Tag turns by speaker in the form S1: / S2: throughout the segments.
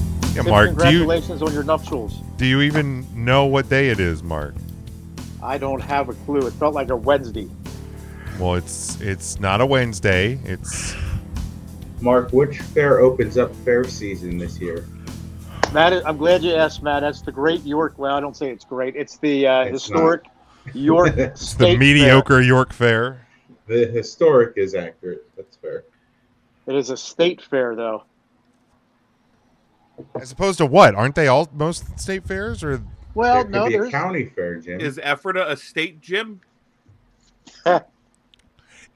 S1: Mark. Do you
S2: Congratulations on your nuptials.
S1: do you even know what day it is, Mark?
S2: I don't have a clue. It felt like a Wednesday.
S1: Well, it's it's not a Wednesday. It's
S3: Mark, which fair opens up fair season this year?
S2: Matt, I'm glad you asked, Matt. That's the Great York. Well, I don't say it's great. It's the uh,
S3: It's
S2: historic York
S3: It's
S1: the
S2: State Fair.
S1: mediocre York Fair.
S3: The historic is accurate. That's fair.
S2: It is a state fair, though.
S1: As opposed to what? Aren't they all most state fairs? Or
S2: Well,
S3: there could
S2: no,
S3: be a
S2: there's
S3: county fair, Jim.
S4: Is Ephrata a state gym?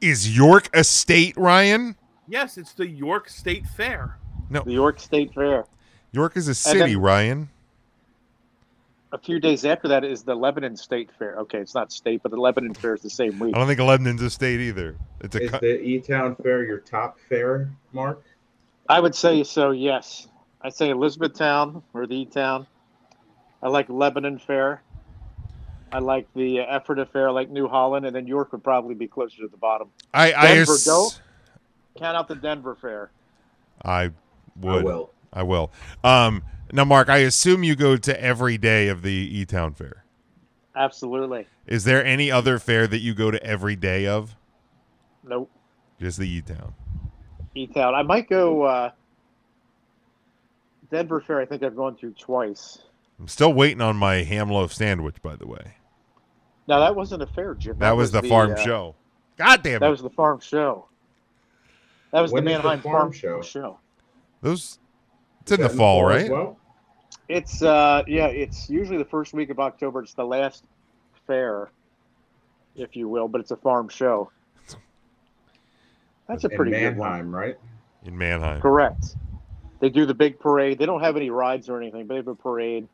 S1: is York a state, Ryan?
S4: Yes, it's the York State Fair.
S2: the York State Fair.
S1: York is a
S2: And
S1: city,
S2: then-
S1: Ryan.
S2: A few days after that is the Lebanon State Fair. Okay, it's not state, but the Lebanon Fair is the same week.
S1: I don't think Lebanon's a state either. It's a
S3: Is
S1: co-
S3: the E Town Fair your top fair, Mark?
S2: I would say so, yes. I say Elizabethtown or the E Town. I like Lebanon Fair. I like the uh, Ephrata Fair. I like New Holland. And then York would probably be closer to the bottom.
S1: I I,
S2: Denver,
S1: ass-
S2: go. Count out the Denver Fair.
S1: I
S3: I
S1: would.
S3: will.
S1: I will. Um, now, Mark, I assume you go to every day of the E Town Fair.
S2: Absolutely.
S1: Is there any other fair that you go to every day of?
S2: Nope.
S1: Just the E Town.
S2: E Town. I might go uh, Denver Fair. I think I've gone through twice.
S1: I'm still waiting on my ham loaf sandwich, by the way.
S2: Now, that wasn't a fair, Jim.
S1: That, was, the farm
S2: uh,
S1: show. God damn
S2: That
S1: it.
S2: was the farm show. That was
S3: When
S2: the
S3: is the
S2: Mannheim
S3: farm
S2: farm,
S3: show?
S2: show.
S1: Those. It's
S3: Is
S1: in the
S3: that
S1: fall,
S3: as
S1: right?
S3: Well,
S2: It's uh yeah, it's usually the first week of October. It's the last fair, if you will, but it's a farm show. That's a
S3: In
S2: pretty good one.
S3: Mannheim, right?
S1: In Mannheim.
S2: Correct. They do the big parade. They don't have any rides or anything, but they have a parade.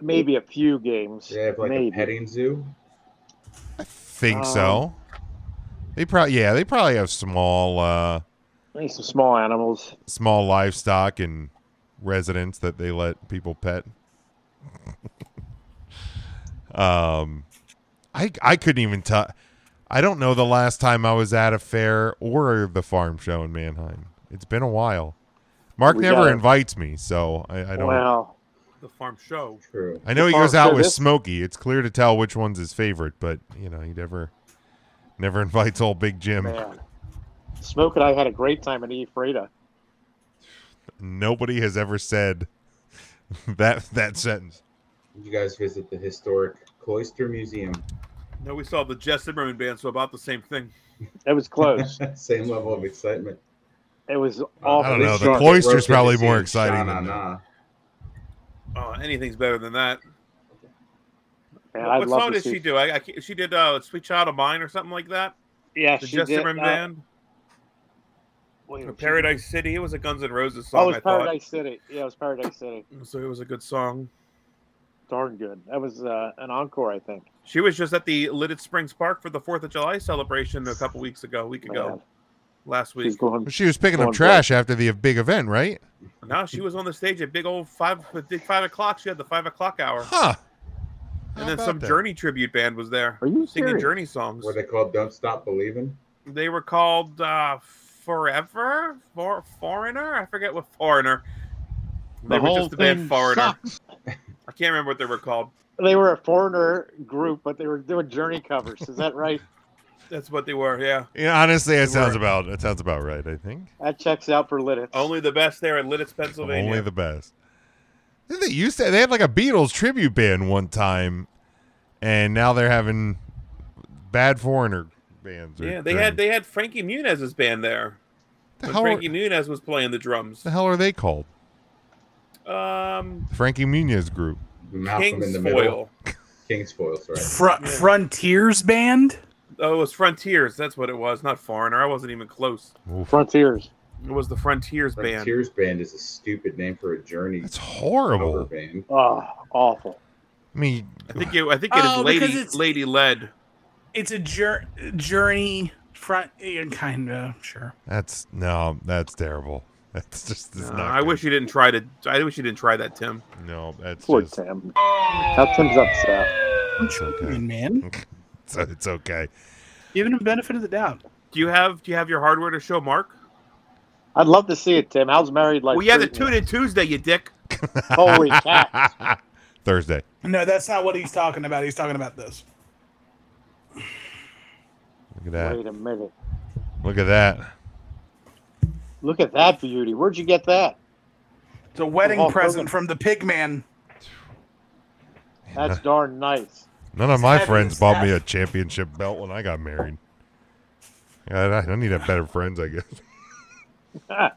S2: Maybe a few games.
S3: They have like a
S2: maybe.
S3: petting zoo.
S1: I think so. They probably yeah, they probably have small uh
S2: Maybe some small animals.
S1: small livestock and residents that they let people pet. um I I couldn't even tell I don't know the last time I was at a fair or the farm show in Mannheim. It's been a while. Mark
S2: We
S1: never
S2: gotta-
S1: invites me, so I, I don't
S2: Wow.
S4: The farm show.
S3: True.
S1: I know he
S2: Farm
S1: goes out
S2: show
S1: with
S2: this-
S1: Smokey. It's clear to tell which one's his favorite, but you know, he never never invites old Big Jim.
S2: Man. Smoke and I had a great time in E Freda.
S1: Nobody has ever said that that sentence.
S3: Did you guys visit the historic Cloister Museum?
S4: No, we saw the Jess Zimmerman band, so about the same thing.
S2: It was close.
S3: Same level of excitement.
S2: it was
S3: Uh,
S2: awful.
S1: I don't
S3: at
S1: know,
S3: least
S1: the
S3: you don't get
S1: cloister's
S3: roasted
S1: probably
S3: to see
S1: more
S3: Sha
S1: exciting
S3: Na
S1: than
S3: Na.
S4: Oh, anything's better than that.
S2: Man,
S4: what
S2: I'd love
S4: song
S2: to
S4: did
S2: see-
S4: she do? I, I can't- she did uh, "Sweet Child of Mine" or something like that.
S2: Yeah,
S4: The
S2: she
S4: Jess
S2: did.
S4: Zimmerman
S2: uh,
S4: band,
S2: wait,
S4: or
S2: she-
S4: Paradise City. It was a Guns N' Roses
S2: Oh, it
S4: song.
S2: was
S4: I thought
S2: Paradise City. Yeah, it was Paradise City.
S4: so. It was a good song.
S2: Darn good. That was uh, an encore, I think.
S4: She was just at the Lidditz Springs Park for the Fourth of July celebration a couple weeks ago, a week ago,
S2: Man,
S4: last week.
S2: Oh, she's going.
S1: She was picking up
S2: Going
S1: trash after the big event, right?
S4: No, she was on the stage at big old five big five o'clock. She had the five o'clock hour,
S1: Huh. How
S4: and then
S1: about
S4: some
S1: that?
S4: Journey tribute band was there
S2: Are you
S4: singing
S2: serious?
S4: Journey songs.
S3: Were they called Don't Stop Believing?
S4: They were called uh, Forever, For- Foreigner. I forget what Foreigner. They were just the band Foreigner.
S2: sucks.
S4: I can't remember what they were called.
S2: They were a foreigner group, but they were doing Journey covers. Is that right?
S4: That's what they were. Yeah,
S1: Yeah, honestly, that
S4: They
S1: sounds
S4: were-
S1: about that sounds about right. I think
S2: That checks out for Lidditz.
S4: only the best there in Lidditz, Pennsylvania.
S1: only the best. Didn't They used to they had like a Beatles tribute band one time, and now they're having bad foreigner bands. or
S4: yeah, they
S1: drum-
S4: had they had Frankie Muniz's band there.
S1: the
S4: when
S1: hell, are,
S4: Frankie Muniz was playing the drums.
S1: the hell are they called?
S4: Um,
S1: Frankie Muniz Group.
S3: Malcolm in
S4: King's
S3: the Middle.
S4: Foil.
S3: King's Foil's right.
S5: Fr-
S4: Yeah.
S5: Frontiers band.
S4: Oh, it was Frontiers. That's what it was. Not Foreigner. I wasn't even close.
S1: Oof.
S2: Frontiers.
S4: It was the Frontiers band.
S3: Frontiers Band is a stupid name for a Journey
S1: That's
S3: cover
S1: horrible.
S3: band.
S2: Oh, awful.
S1: I mean,
S4: I think it. I think it is
S5: Oh, because
S4: Lady
S5: it's-
S4: Lady Led.
S5: It's a jour- journey front kind of sure.
S1: that's no, that's terrible. That's just it's
S4: Uh,
S1: not.
S4: I
S1: good.
S4: wish you didn't try to. I wish you didn't try that, Tim.
S1: No, that's
S2: Poor
S1: just
S2: Tim. How Tim's upset.
S5: I'm trying, man.
S1: it's, it's okay.
S5: Giving him benefit of the doubt.
S4: Do you have Do you have your hardware to show Mark?
S2: I I'd love to see it, Tim. How's married life?
S4: well, you had to
S2: treating
S4: tune in Tuesday, you dick.
S2: you? Holy cat!
S1: Thursday.
S5: No, that's not what he's talking about. He's talking about this.
S1: Look at that.
S2: Wait a minute.
S1: Look at that.
S2: Look at that beauty. Where'd you get that?
S5: It's a wedding
S2: Oh, Hogan.
S5: present from the pig man.
S2: That's darn nice.
S1: None of my
S5: Savage
S1: friends bought me a
S5: Savage.
S1: championship belt when I got married. I, I need to have better friends, I guess.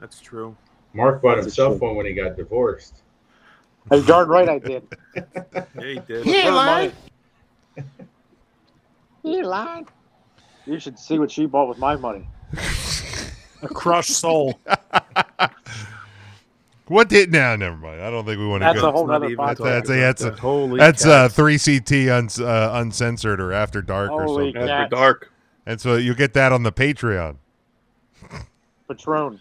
S4: That's true.
S3: Mark bought
S2: That's
S3: himself
S2: true.
S3: one when he got divorced.
S2: You're darn right I did.
S4: Yeah, you did.
S2: Her money. You should see what she bought with my money.
S5: A crushed soul.
S1: What did now? Never mind. I don't think we want to
S2: That's
S1: go.
S2: a whole
S4: Let's not
S2: nother
S4: even
S2: podcast.
S4: talk
S1: That's a-
S4: about
S1: that's a-
S4: that. holy.
S1: That's uh,
S4: cats.
S1: three CT uns, uh, uncensored or after dark or
S2: Holy
S1: something.
S4: After
S2: cats.
S4: dark.
S1: And so you get that on the Patreon.
S2: Patron.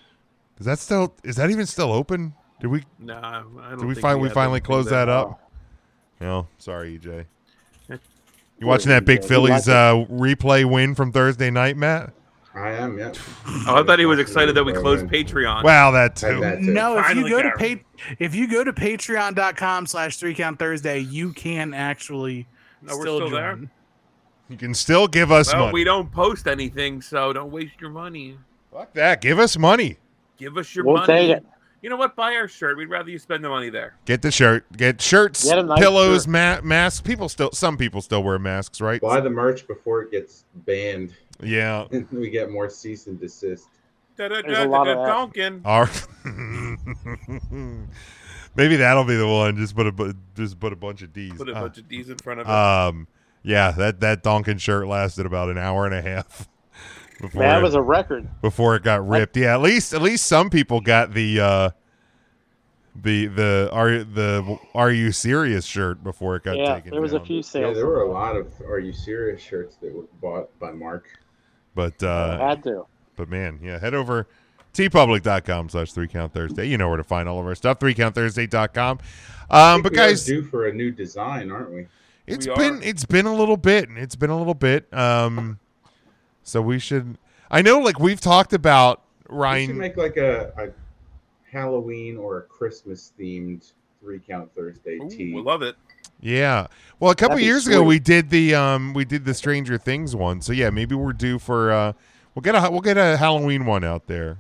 S1: Is that still? Is that even still open? Did we?
S4: Nah, I don't
S1: Did we
S4: think
S1: find we
S4: had
S1: finally
S4: anything
S1: closed that
S2: long.
S1: up? No, sorry, EJ.
S4: Yeah.
S1: You watching that
S4: E
S1: big Phillies uh, replay win from Thursday night, Matt?
S3: I am, yeah.
S4: Oh, I thought he was excited that we closed Patreon.
S1: Wow, that
S3: I
S1: too.
S3: bet. That's it.
S5: no, if you
S4: Finally
S5: go to
S4: got
S5: pa- if you go to patreon.com slash three count Thursday, you can actually
S4: No, we're
S5: still,
S4: still there?
S5: join.
S1: You can still give us
S4: Well,
S1: money.
S4: we don't post anything, so don't waste your money.
S1: Fuck that. Give us money.
S4: Give us your
S2: We'll
S4: money.
S2: take it.
S4: You know what? Buy our shirt. We'd rather you spend the money there.
S1: Get the shirt. Get shirts,
S2: Get a nice
S1: pillows,
S2: shirt.
S1: ma- masks. People still, some people still wear masks, right?
S3: Buy the merch before it gets banned.
S1: Yeah.
S3: we get more cease and desist.
S2: a lot of that.
S4: Duncan.
S1: Our- Maybe that'll be the one. Just put a bu- just put a bunch of D's.
S4: Put a
S1: Uh,
S4: bunch of D's in front of it.
S1: um, yeah, that that Donkin shirt lasted about an hour and a half before
S2: Man, that
S1: it,
S2: was a record.
S1: before it got ripped. Yeah, at least at least some people got the uh, the the are the are you serious shirt before it got
S2: yeah,
S1: taken.
S2: there was a
S1: down.
S2: few
S3: Yeah,
S2: sales.
S3: there were a lot of Are You Serious shirts that were bought by Mark.
S1: but uh,
S2: Had to.
S1: But man, yeah, head over tpublic.com slash three count Thursday. You know where to find all of our stuff, three count Thursday.com. Um, but
S3: We are
S1: guys,
S3: due for a new design, aren't we?
S1: it's
S4: we
S1: been
S4: are.
S1: it's been a little bit. It's been a little bit. Um, so we should. I know, like we've talked about
S3: We should
S1: Ryan.
S3: make like a, a Halloween or a Christmas themed three count Thursday
S4: Ooh,
S3: tee.
S4: we love it.
S1: Yeah. Well, a couple
S2: That'd be
S1: years ago,
S2: sweet.
S1: we did the um we did the Stranger Things one. So yeah, maybe we're due for uh we'll get a we'll get a Halloween one out there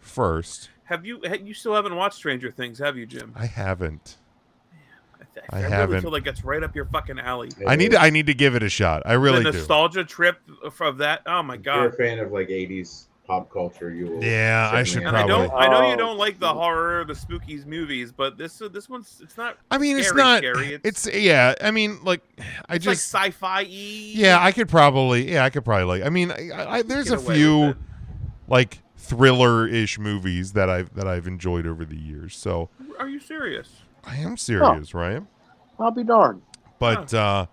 S1: first.
S4: Have you? ha- You still haven't watched Stranger Things, have you, Jim?
S1: I haven't.
S4: th-
S1: I
S4: really
S1: haven't.
S4: feel like that's right up your fucking alley.
S1: I need to,
S3: If
S1: I need to give it a shot. I really
S4: the
S1: do.
S4: nostalgia trip of that. Oh
S3: You're
S4: my
S3: a
S4: god!
S3: fan of like '80s pop culture. You will.
S1: Yeah, I
S3: certainly
S1: should
S4: And
S3: have-
S4: I don't.
S1: probably.
S4: I know you
S2: Oh.
S4: don't like the horror, the spookies movies, but this uh, this one's it's not.
S1: I mean, it's
S4: scary,
S1: not.
S4: scary.
S1: It's, yeah. I mean, like, I
S4: It's
S1: just
S4: like sci-fi. Yeah,
S1: yeah. I could probably yeah. I could probably like. I mean, I, I, I- there's a
S4: Get away
S1: few
S4: with
S1: like thriller-ish movies that I've that I've enjoyed over the years. So
S4: it. Are you serious?
S1: I am serious, right?
S2: I'll be darned.
S1: But uh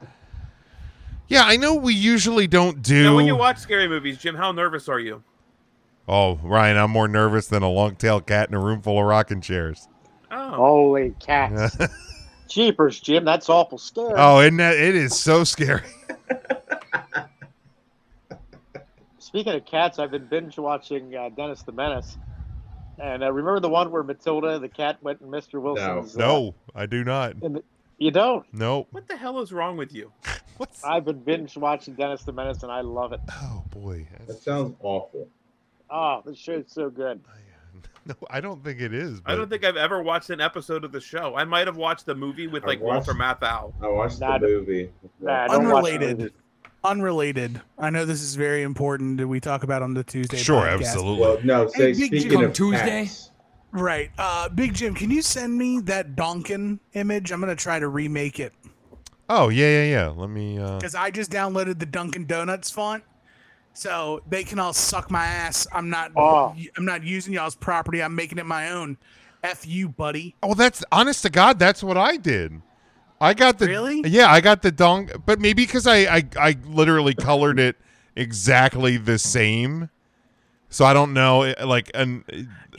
S1: yeah, I know we usually don't
S4: Now, when you
S1: do.
S4: watch scary movies, Jim, how nervous are you?
S1: Oh, Ryan, I'm more nervous than a long-tailed cat in a room full of rocking chairs.
S4: Oh,
S2: Holy cats. Jeepers, Jim. That's awful scary.
S1: oh, isn't that it is so scary.
S2: Speaking of cats, I've been binge watching uh, Dennis the Menace. And uh, remember the one where Matilda, the cat, went in Mr. Wilson's? uh,
S1: No, I do not.
S2: you don't.
S1: Nope.
S4: what the hell is wrong with you?
S1: What's
S2: I've been binge watching Dennis the Menace, and I love it.
S1: Oh boy.
S3: That sounds awful.
S2: Oh, this show's so good.
S1: No, I don't think it is. But
S4: I don't think I've ever watched an episode of the show. I might have watched the movie with
S3: I
S4: like
S3: watched-
S4: Walter Matthau.
S3: I watched
S2: Nah, I
S3: the
S2: don't-
S3: movie.
S2: Nah, I don't watch the
S5: Unrelated.
S2: movie.
S5: Unrelated. I know this is very important that we talk about on the Tuesday.
S1: Sure,
S5: podcast.
S1: absolutely.
S3: Well, no. Say,
S5: Hey, Big
S3: speaking
S5: Jim.
S3: of
S6: Tuesday?
S3: cats,
S5: Right. Uh Big Jim, can you send me that Donkin image? I'm gonna try to remake it.
S1: oh yeah, yeah, yeah. Let me. Uh,
S5: Because I just downloaded the Dunkin' Donuts font. So they can all suck my ass. I'm not
S3: Ah.
S2: Oh.
S5: I'm not using y'all's property. I'm making it my own. F you, buddy.
S1: well, that's honest to God. That's what I did. I got the
S5: Really?
S1: yeah. I got the dong, but maybe because I, I I literally colored it exactly the same, so I don't know. it- Like an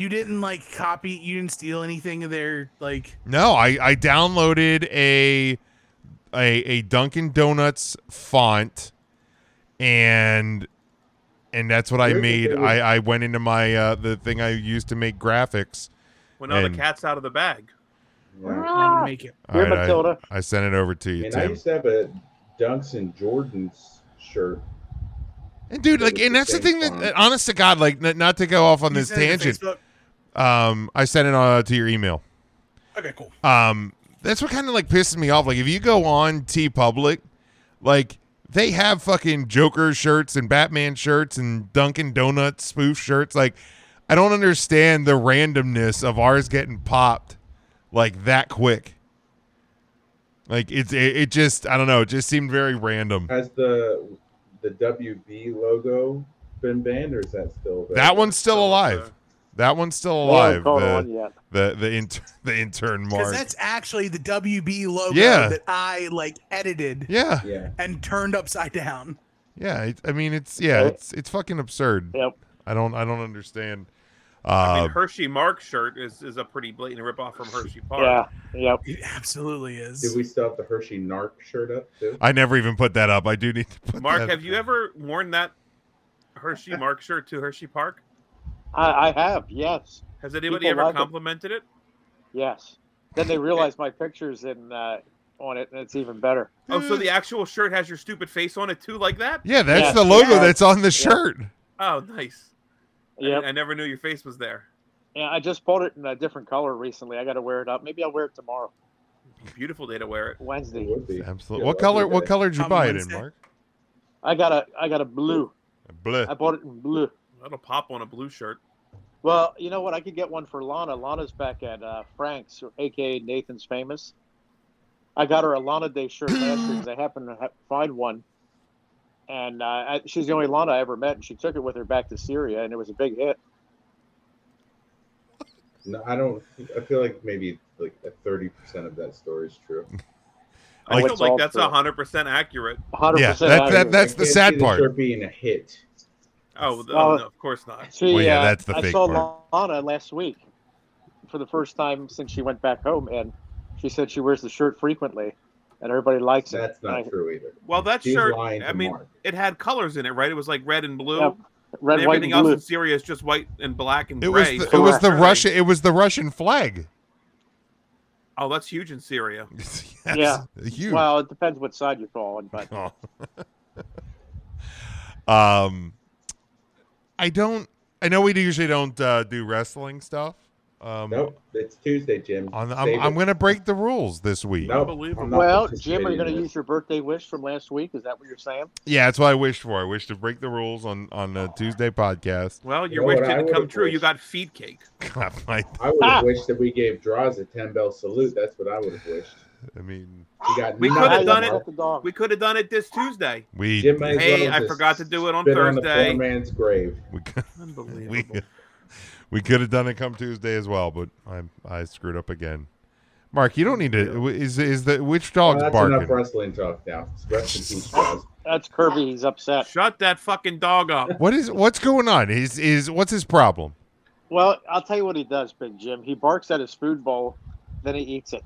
S5: You didn't like copy you didn't steal anything of their like
S1: no, I I downloaded a a a Dunkin' Donuts font and and that's what I
S3: Really?
S1: made. I, I went into my uh, the thing I used to make graphics.
S4: When all
S1: And-
S4: the cat's out of the bag.
S3: Yeah.
S5: I'm gonna make it.
S1: All
S2: You're
S1: right, I-
S2: Matilda.
S1: I, sent it over to you,
S3: And I
S1: Tim.
S3: used to have a Dunks and Jordans shirt.
S1: And dude,
S3: It
S1: like,
S3: was
S1: and
S3: the
S1: that's the thing
S3: same
S1: that,
S3: font.
S1: that- honest to God, like, n- not to go off on
S5: You
S1: this
S5: send it to
S1: tangent.
S5: Facebook?
S1: Um, I sent it uh, to your email.
S5: Okay, cool.
S1: Um, that's what kind of like pisses me off. Like, if you go on T Public, like they have fucking Joker shirts and Batman shirts and Dunkin' Donuts spoof shirts. Like, I don't understand the randomness of ours getting popped like that quick. Like it's it, it just I don't know. It just seemed very random.
S3: Has the the WB logo been banned, or is that still there?
S1: That one's uh, still
S4: uh,
S1: alive. That one's still alive.
S2: Caught
S1: The
S2: on yet.
S1: the the, inter- the intern
S5: Because
S1: mark.
S5: that's actually the WB logo
S1: Yeah.
S5: that I like edited
S1: Yeah,
S3: Yeah.
S5: and turned upside down.
S1: yeah. It, I mean, it's yeah. It's it's fucking absurd.
S2: Yep.
S1: I don't I don't understand.
S4: I
S1: Uh,
S4: mean, Hershey Mark shirt is, is a pretty blatant ripoff from Hershey Park.
S2: Yeah. Yep.
S5: It absolutely is.
S3: Did we still have the Hershey Narc shirt up too?
S1: I never even put that up. I do need to put
S4: Mark,
S1: that-
S4: have you ever worn that Hershey Mark shirt to Hershey Park?
S2: I, I have. Yes.
S4: Has anybody
S2: People
S4: ever
S2: love it.
S4: complimented it?
S2: Yes. Then they realize my pictures in uh, on it, and it's even better.
S4: Oh, so the actual shirt has your stupid face on it too, like that?
S1: Yeah, that's
S2: Yeah.
S1: the logo
S2: Yeah.
S1: that's on the shirt.
S4: Oh, nice. I-
S2: Yep.
S4: I, never knew your face was there.
S2: And I just bought it in a different color recently. I got to wear it up. Maybe I'll wear it tomorrow,
S4: Beautiful day to wear it.
S3: It
S2: Wednesday.
S3: would be.
S1: Absolutely.
S3: Yeah,
S1: What
S3: that'd
S1: color?
S3: be
S1: What
S3: good.
S1: color did you
S5: On
S1: buy it
S5: Wednesday.
S1: in, Mark?
S2: I got a I got a blue. I
S1: Bleh.
S2: bought it in blue.
S4: That'll pop on a blue shirt.
S2: Well, you know what? I could get one for Lana. Lana's back at uh, Frank's, or AKA Nathan's Famous. I got her a Lana Day shirt last year because I happened to ha- find one. And uh, I, she's the only Lana I ever met, and she took it with her back to Syria, and it was a big hit.
S3: No, I don't. I feel like maybe like thirty percent of that story is true.
S4: I
S1: Like-
S4: feel
S2: Oh, It's
S4: like
S2: all
S4: that's
S2: true.
S4: hundred percent accurate.
S2: 100%
S1: Yeah,
S2: out
S1: that,
S2: of
S1: that,
S2: it.
S1: that's
S3: I
S1: the
S3: can't see
S1: sad
S3: the
S1: part.
S3: shirt being a hit.
S4: Oh, th-
S2: Well,
S4: no, of course not.
S2: She,
S1: Well, yeah,
S2: uh,
S1: that's the
S2: I
S1: fake
S2: saw
S1: part.
S2: Lana last week for the first time since she went back home, and she said she wears the shirt frequently, and everybody likes it.
S3: That's
S2: And
S3: not
S2: I-
S3: true either.
S4: Well, that
S3: She's
S4: shirt,
S3: lying to
S4: I mean,
S3: Mark.
S4: it had colors in it, right? It was like red and blue.
S2: Yep, Red,
S4: and
S2: white,
S4: everything
S2: and
S4: else
S2: blue.
S4: in Syria is just white and black and
S1: It was
S4: gray.
S1: the,
S4: so
S1: it was
S4: it's
S1: the
S4: really-
S1: Russian it was the Russian flag.
S4: Oh, that's huge in Syria.
S1: Yes.
S2: Yeah.
S1: Huge.
S2: Well, it depends what side you fall on, but
S1: Oh. um, I don't. I know we usually don't uh, do wrestling stuff. Um,
S3: Nope, it's Tuesday, Jim.
S1: on-
S3: Save
S1: I'm,
S3: it.
S1: I'm going to break the rules this week.
S3: Nope,
S4: Unbelievable.
S3: I'm not
S2: Well, Jim, are you
S3: participating
S2: going
S3: in
S2: to
S3: this.
S2: use your birthday wish from last week? Is that what you're saying?
S1: Yeah, that's what I wished for. I wished to break the rules on on the Tuesday podcast.
S4: Well, your
S3: know
S4: wish
S3: what I
S4: didn't come
S3: would've
S4: true. You
S3: wished?
S4: got feed cake.
S1: God, my,
S3: I would have
S2: Ah.
S3: wished that we gave Draws a ten bell salute. That's what I would have wished.
S1: I mean,
S3: We got.
S4: We
S2: No,
S4: coulda
S2: I
S3: nothing,
S4: done
S2: left
S4: it.
S3: Mark.
S2: The dog.
S4: We could have done it this Tuesday.
S1: we
S3: Jim may as
S4: Hey,
S3: well
S4: I
S3: just
S4: forgot to do it on
S3: spit On the
S4: Thursday.
S3: poor man's grave.
S1: we could- we,
S4: Unbelievable.
S1: could- we could have done it come Tuesday as well, but I I screwed up again. Mark, you don't need to. Is is the which dog's
S3: Well, that's enough
S1: barking?
S3: wrestling talk now. Rest in peace, Draws.
S2: That's Kirby. He's upset.
S4: Shut that fucking dog up.
S1: What is what's going on? Is is what's his problem?
S2: Well, I'll tell you what he does, Big Jim. He barks at his food bowl, then he eats it.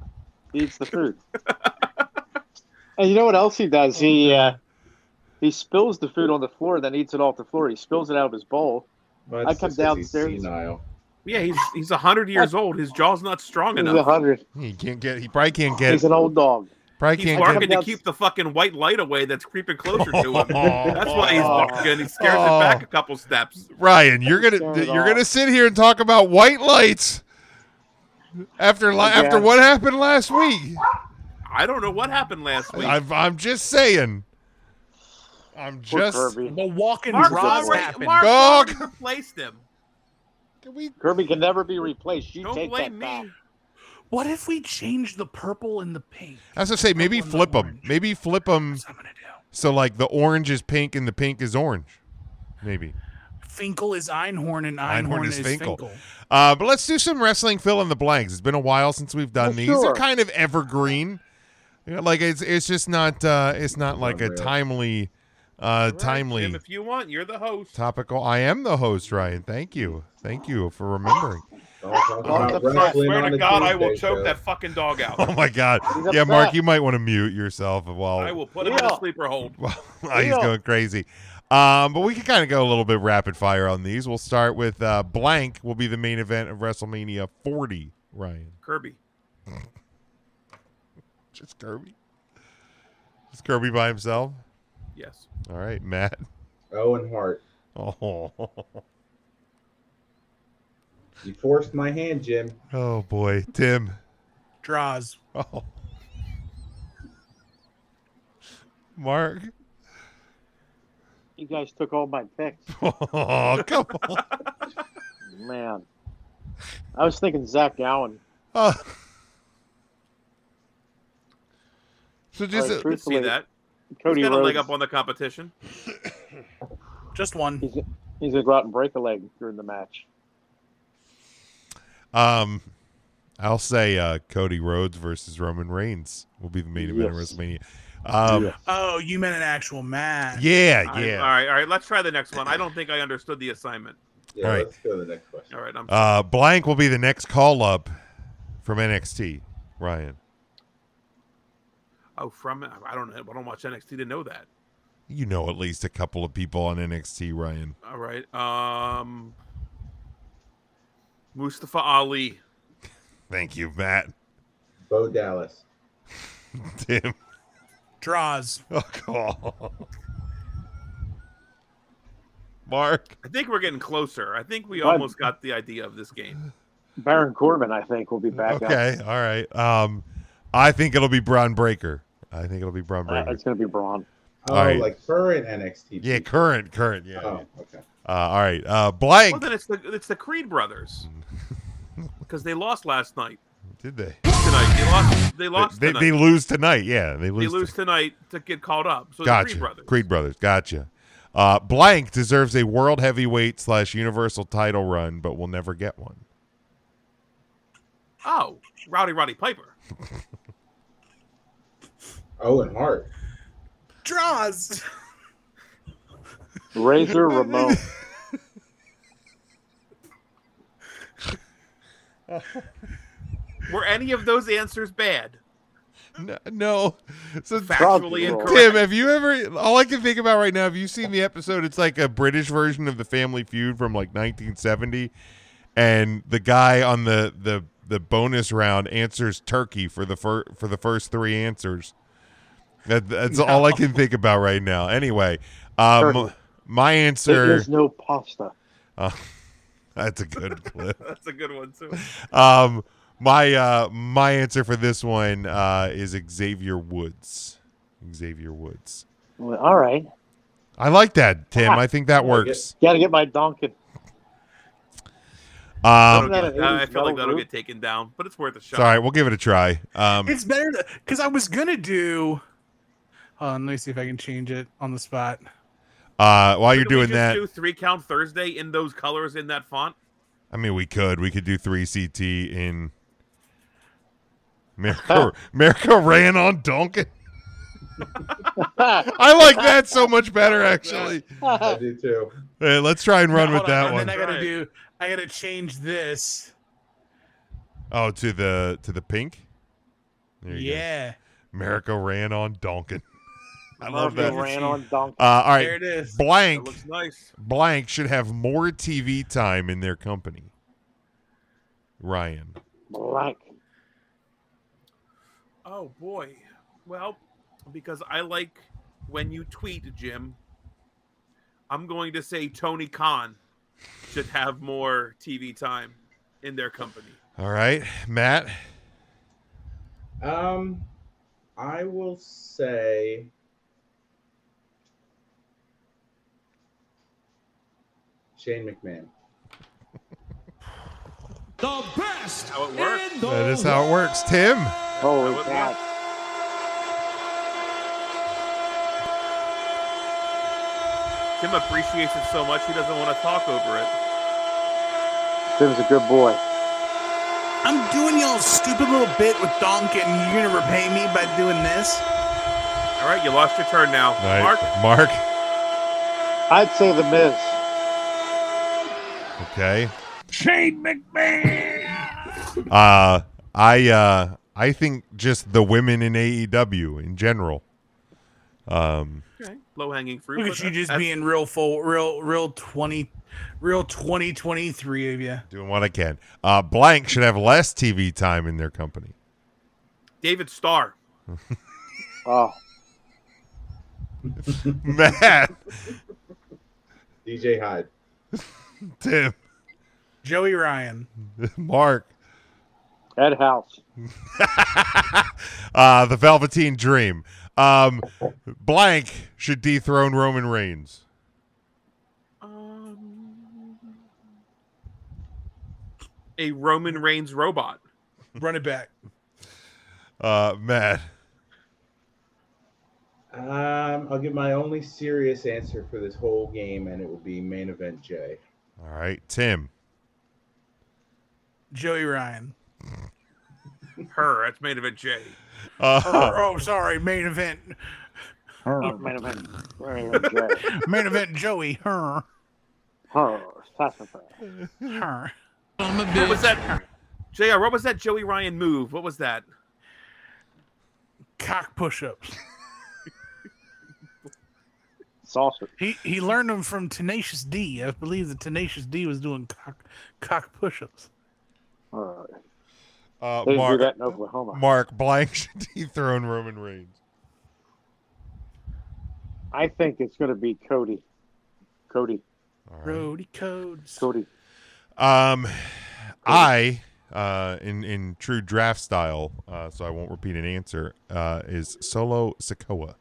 S2: He eats the food. and you know what else he does?
S4: Oh,
S2: He uh, he spills the food on the floor, then eats it off the floor. He spills it out of his bowl.
S3: Well,
S2: I
S3: it's
S2: come
S3: just 'cause he's
S2: downstairs.
S3: senile.
S4: Yeah, he's he's hundred years old. His jaw's not strong
S2: He's a
S4: enough.
S2: hundred.
S1: He can't get. He probably can't get.
S2: He's an old dog.
S1: Probably
S4: He's
S1: can't
S2: barking
S1: get.
S4: barking to
S2: That's-
S4: keep the fucking white light away that's creeping closer to him. That's why he's
S2: Oh.
S4: barking. He scares
S1: Oh.
S4: it back a couple steps.
S1: Ryan, you're
S2: That's
S1: gonna
S2: so
S1: you're
S2: wrong.
S1: gonna sit here and talk about white lights after li- after
S2: Again.
S1: what happened last week.
S4: I don't know what happened last week.
S1: I've, I'm just saying. I'm
S2: Poor
S1: just.
S2: Kirby.
S5: Well, walking
S4: Mark
S5: Ross
S4: already,
S5: happened.
S4: Mark
S1: Dog.
S4: already replaced him.
S1: Can we?
S2: Kirby can never be replaced. You
S4: Don't
S2: take
S4: blame
S2: that
S4: me.
S2: back.
S5: What if we change the purple and the pink?
S1: As I say, maybe
S5: Purple and
S1: flip
S5: the
S1: them.
S5: orange.
S1: Maybe flip them
S5: That's what I'm gonna do.
S1: so like the orange is pink and the pink is orange. Maybe.
S5: Finkel is Einhorn and
S1: Einhorn
S5: Einhorn,
S1: is
S5: is,
S1: Finkel.
S5: Finkel.
S1: Uh, but let's do some wrestling fill in the blanks. It's been a while since we've done
S2: Well,
S1: these. They're
S2: Oh, sure.
S1: kind of evergreen. You know, like it's it's just not uh, it's not like a
S3: Unreal.
S1: timely uh,
S4: All right,
S1: timely
S4: Jim, if you want, you're the host.
S1: topical. I am the host, Ryan. Thank you. Thank you for remembering.
S3: All talk
S2: Oh,
S3: about
S2: the fuck,
S4: I
S3: wrestling
S4: swear
S3: on
S4: to
S3: the
S4: God, I will
S3: Tuesday
S4: choke
S3: show.
S4: that fucking dog out.
S1: Oh my god.
S2: He's upset.
S1: Yeah, Mark, you might want to mute yourself while
S4: I will put him in a
S2: Yeah.
S4: sleeper hold.
S1: Well, Oh, he's
S2: Leo.
S1: going crazy. Um, but we can kind of go a little bit rapid fire on these. We'll start with uh, blank. Will be the main event of WrestleMania 40. Ryan,
S4: Kirby.
S1: just Kirby. Just Kirby by himself.
S4: Yes.
S1: All right, Matt.
S3: Owen Hart,
S1: Oh,
S3: you forced my hand, Jim.
S1: oh boy, Tim.
S5: Draws.
S1: Oh, Mark.
S2: You guys took all my picks.
S1: Oh, come on.
S2: Man. I was thinking Zach Gowen.
S1: Oh. So
S2: Like,
S1: just uh,
S4: You see
S2: truthfully,
S4: that?
S2: Cody
S4: he's got a leg
S2: Rhodes.
S4: up on the competition.
S5: Just one.
S2: he's, he's gonna go out and break a leg during the match.
S1: Um, I'll say uh, Cody Rhodes versus Roman Reigns will be the main event
S2: Yes.
S1: of WrestleMania. Um, yeah,
S2: Yeah.
S5: Oh, you meant an actual match.
S1: Uh, yeah.
S4: I- all right, all right. Let's try the next one. I don't think I understood the assignment.
S3: Yeah,
S1: All right.
S3: let's go to the next question.
S4: All right, I'm
S1: Uh, blank will be the next call up from NXT. Ryan,
S4: oh from I don't know. I don't watch NXT to know that.
S1: you know at least a couple of people on NXT. Ryan,
S4: All right. Um Mustafa Ali.
S1: thank you, Matt,
S3: Bo Dallas,
S1: Tim.
S5: Draws.
S1: Oh, come on. Mark.
S4: I think we're getting closer. I think we
S2: What?
S4: almost got the idea of this game.
S2: Baron Corbin, I think, will be back up.
S1: Okay, all right. Um, I think it'll be Braun Breaker. I think it'll be Braun
S2: Uh,
S1: Breaker.
S2: it's gonna be Braun.
S3: oh,
S1: All right.
S3: like current NXT.
S1: yeah,
S3: people.
S1: current, current. Yeah. yeah.
S3: Oh, okay.
S1: Uh, all right. Uh, blank.
S4: Well, then it's the it's the Creed brothers because they lost last night.
S1: Did they?
S4: Tonight they lost. They lost
S1: They,
S4: tonight.
S1: they lose tonight. Yeah, they
S4: They
S1: lose.
S4: lose
S1: to-
S4: tonight to get called up. So
S1: gotcha.
S4: the Creed brothers.
S1: Gotcha. Uh, blank deserves a world heavyweight slash universal title run, but will never get one.
S4: Oh, Rowdy Roddy Piper.
S3: Owen Hart,
S5: Draws.
S2: Razor Ramon.
S4: Were any of those answers bad?
S1: No. no. So
S4: Factually
S2: Probably.
S4: incorrect.
S1: Tim, have you ever? All I can think about right now, have you seen the episode? It's like a British version of the Family Feud from like 1970, and the guy on the the the bonus round answers turkey for the fir- for the first three answers. That, that's all I can think about right now. Anyway, um,
S2: Turkey.
S1: my
S2: There
S1: answer.
S2: is no pasta.
S1: Uh, that's a good clip.
S4: That's a good one too.
S1: Um, my uh, my answer for this one uh, is Xavier Woods. Xavier Woods.
S2: Well, all right.
S1: I like that, Tim.
S2: Uh-huh.
S1: I think that works.
S2: Gotta get my Donkin.
S1: Um,
S4: That'll get-
S2: Isn't that an
S4: I feel like
S2: 80s
S4: that'll
S2: metal
S4: get taken down, but it's worth a shot.
S1: sorry, we'll give it a try. Um,
S5: It's better because I was gonna do. Hold on, let me see if I can change it on the spot.
S1: uh, while you're
S4: Can we
S1: doing
S4: just
S1: that,
S4: Do three count Thursday in those colors in that font.
S1: I mean, we could we could do three CT in. America, America ran on Duncan. I like that so much better, actually.
S3: I do too.
S1: Hey, let's try and run
S5: No,
S1: with
S5: hold
S1: that
S5: on,
S1: one.
S5: And then I gotta
S4: Right.
S5: do. I gotta change this.
S1: Oh, to the to the pink. There you go.
S5: Yeah,
S1: America ran on Donkin. I love
S2: Murphy
S1: that. Uh,
S2: ran on Donkin.
S1: all
S5: there
S1: right,
S5: it is.
S4: It
S1: blank
S4: looks nice.
S1: blank should have more TV time in their company. Ryan,
S2: Blank.
S4: Oh boy. Well, because I like when you tweet, Jim. I'm going to say Tony Khan should have more TV time in their company.
S1: all right, Matt,
S3: Um, I will say. Shane McMahon.
S6: The best
S4: How it works.
S6: in the
S1: that is how it works. Tim,
S2: Holy
S4: would-
S2: cow.
S4: Tim appreciates it so much he doesn't want to talk over it.
S2: Tim's a good boy.
S5: I'm doing y'all stupid little bit with Donkin. You're gonna repay me by doing this.
S4: All right, you lost your turn now,
S1: All right,
S4: Mark.
S1: Mark,
S2: I'd say the Miz.
S1: okay,
S5: Shane McMahon.
S1: Uh, I uh, I think just the women in AEW in general. Um,
S4: Okay. Low hanging fruit.
S5: Look
S4: but
S5: at you just
S4: that's-
S5: being real full, real, real twenty, real twenty twenty three of you.
S1: doing what I can. Uh, blank should have less TV time in their company.
S4: David Starr.
S2: Oh,
S1: Matt,
S3: DJ Hyde.
S1: Tim,
S5: Joey Ryan.
S1: Mark,
S2: Ed House.
S1: uh, the Velveteen Dream. Um, blank should dethrone Roman Reigns.
S4: Um, a Roman Reigns robot.
S5: Run it back.
S1: Uh, Matt,
S3: Um, I'll give my only serious answer for this whole game, and it will be main event J.
S1: all right, Tim,
S5: Joey Ryan.
S4: Her. That's made of a J.
S1: uh,
S5: Oh, sorry. Main event.
S2: It might have been- might have been Jay.
S5: Main event. Joey. Her.
S2: Oh, sassafras.
S5: Her.
S4: What was that? JR, what was that Joey Ryan move? What was that?
S5: Cock push-ups.
S2: Sausage.
S5: He he learned them from Tenacious D. I believe that Tenacious D was doing cock cock push-ups.
S2: Oh,
S1: uh,
S2: they didn't do
S1: Mark,
S2: that in Oklahoma.
S1: Mark, blank should dethrone Roman Reigns.
S2: I think it's going to be Cody. Cody.
S1: All right.
S5: Brody codes.
S2: Cody.
S1: Um, I, uh, in in true draft style, uh, so I won't repeat an answer. Uh, is Solo Sokoa.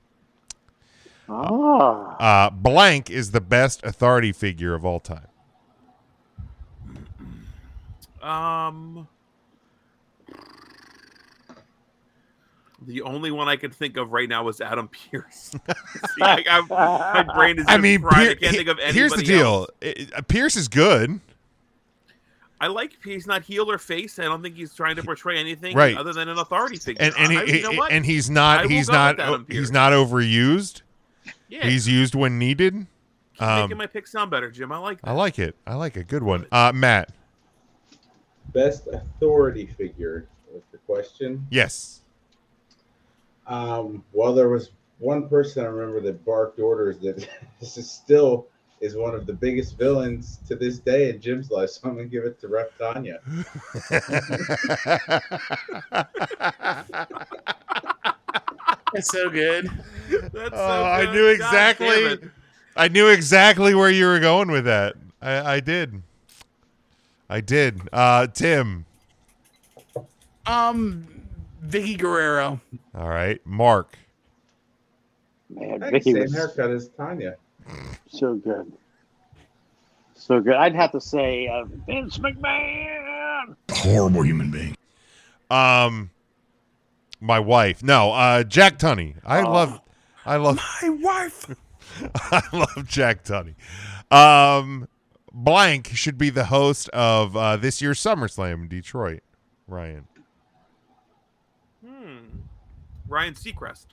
S2: Ah.
S1: Uh, blank is the best authority figure of all time.
S4: Um, the only one I could think of right now was Adam Pierce. See, like, I'm- my brain is.
S1: I mean,
S4: fried. I
S1: Pier-
S4: can't think of anybody.
S1: here's the
S4: else.
S1: deal: It- it- Pierce is good,
S4: I like he's not heel or face. I don't think he's trying to portray anything
S1: Right.
S4: other than an authority figure.
S1: and and,
S4: I-
S1: he,
S4: you know what?
S1: and he's
S4: I
S1: not
S4: will
S1: he's
S4: go with
S1: not
S4: Adam Pierce.
S1: he's not overused.
S4: yeah,
S1: He's used when needed.
S4: keep
S1: Um,
S4: making my pick sound better, Jim. I like that.
S1: I like it. I like a good one. Uh, Matt,
S3: Best authority figure was the question.
S1: yes,
S3: Um, well, there was one person I remember that barked orders that this is still is one of the biggest villains to this day in Jim's life, so I'm gonna give it to Rep Tanya.
S5: That's so good.
S4: That's so
S1: Oh, I
S4: good.
S1: knew
S4: God damn
S1: exactly.
S4: it.
S1: I knew exactly where you were going with that. I, I did. I did. Uh, Tim.
S5: Um, Vicky Guerrero.
S1: All right, Mark.
S2: Man,
S3: Hey,
S2: Vicky
S3: Same
S2: was
S3: haircut as Tanya.
S2: so good. So good. I'd have to say uh, Vince McMahon.
S6: Horrible human being.
S1: Um, my wife. No, uh, Jack Tunney. I
S2: Oh.
S1: love. I love.
S5: My wife.
S1: I love Jack Tunney. Um, blank should be the host of uh, this year's SummerSlam in Detroit. Ryan.
S4: Hmm. Ryan Seacrest.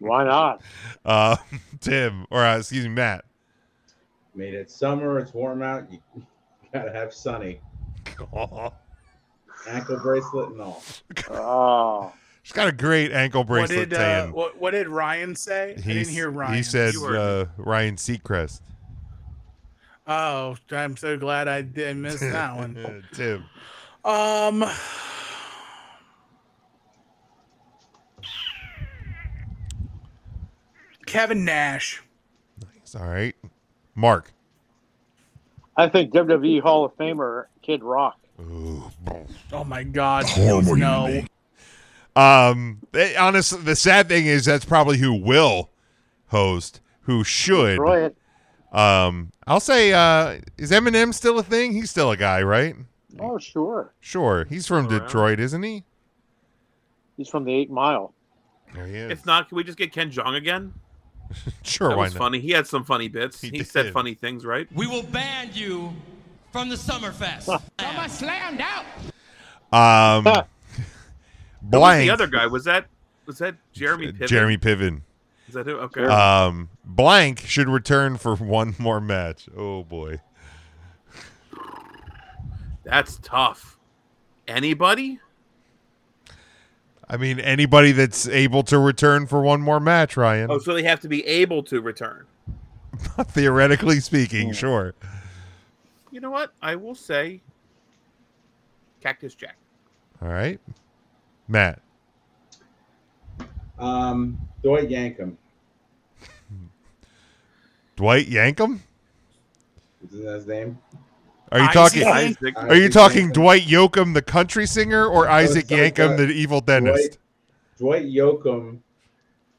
S2: Why not?
S1: Uh, Tim, or uh, excuse me, Matt.
S3: I mean, it's summer, it's warm out. You gotta have sunny ankle bracelet and all.
S2: Oh,
S1: She's got a great ankle
S5: What
S1: bracelet
S5: did uh,
S1: tan.
S5: what, what did Ryan say? I
S1: He's-
S5: didn't hear Ryan.
S1: He said
S4: You
S1: uh,
S4: heard
S1: Ryan Seacrest.
S5: "Oh, I'm so glad I did miss that one."
S1: Tim.
S5: Um, Kevin Nash.
S1: It's all right. Mark.
S2: I think WWE Hall of Famer Kid Rock.
S1: Ooh.
S5: Oh my God!
S6: Horrible
S5: Please,
S6: human
S5: no.
S6: being.
S1: Um. eh, honestly, the sad thing is that's probably who will host. Who should?
S2: Destroy it.
S1: Um. I'll say. Uh. Is Eminem still a thing? He's still a guy, right?
S2: Oh, sure.
S1: Sure. He's from
S4: Still around.
S1: Detroit, isn't he?
S2: He's from the Eight Mile.
S1: There he is.
S4: If not, can we just get Ken Jong again?
S1: sure.
S4: that
S1: Why
S4: was
S1: not?
S4: funny. He had some funny bits.
S1: He
S4: He, said
S1: did.
S4: funny things, right?
S7: We will ban you from the Summerfest. Summer slammed out.
S1: Um.
S4: Who was
S1: blank.
S4: the other guy was that was that Jeremy Piven?
S1: Jeremy Piven. Uh,
S4: Is that who? Okay.
S1: Um. Blank should return for one more match. Oh boy.
S4: That's tough. Anybody?
S1: I mean, anybody that's able to return for one more match, Ryan.
S4: Oh, so they have to be able to return.
S1: Theoretically speaking, sure.
S4: You know what? I will say Cactus Jack.
S1: All right, Matt.
S3: Um, Dwight Yankum.
S1: Dwight Yankum?
S3: Isn't that his name?
S1: Are you
S5: Isaac
S1: talking?
S5: Yankum.
S4: Isaac.
S1: Are you
S3: Isaac
S1: talking
S3: Yankem.
S1: Dwight Yoakam, the country singer, or Isaac
S3: it's like,
S1: Yankum,
S3: uh,
S1: the evil dentist?
S3: Dwight Yoakam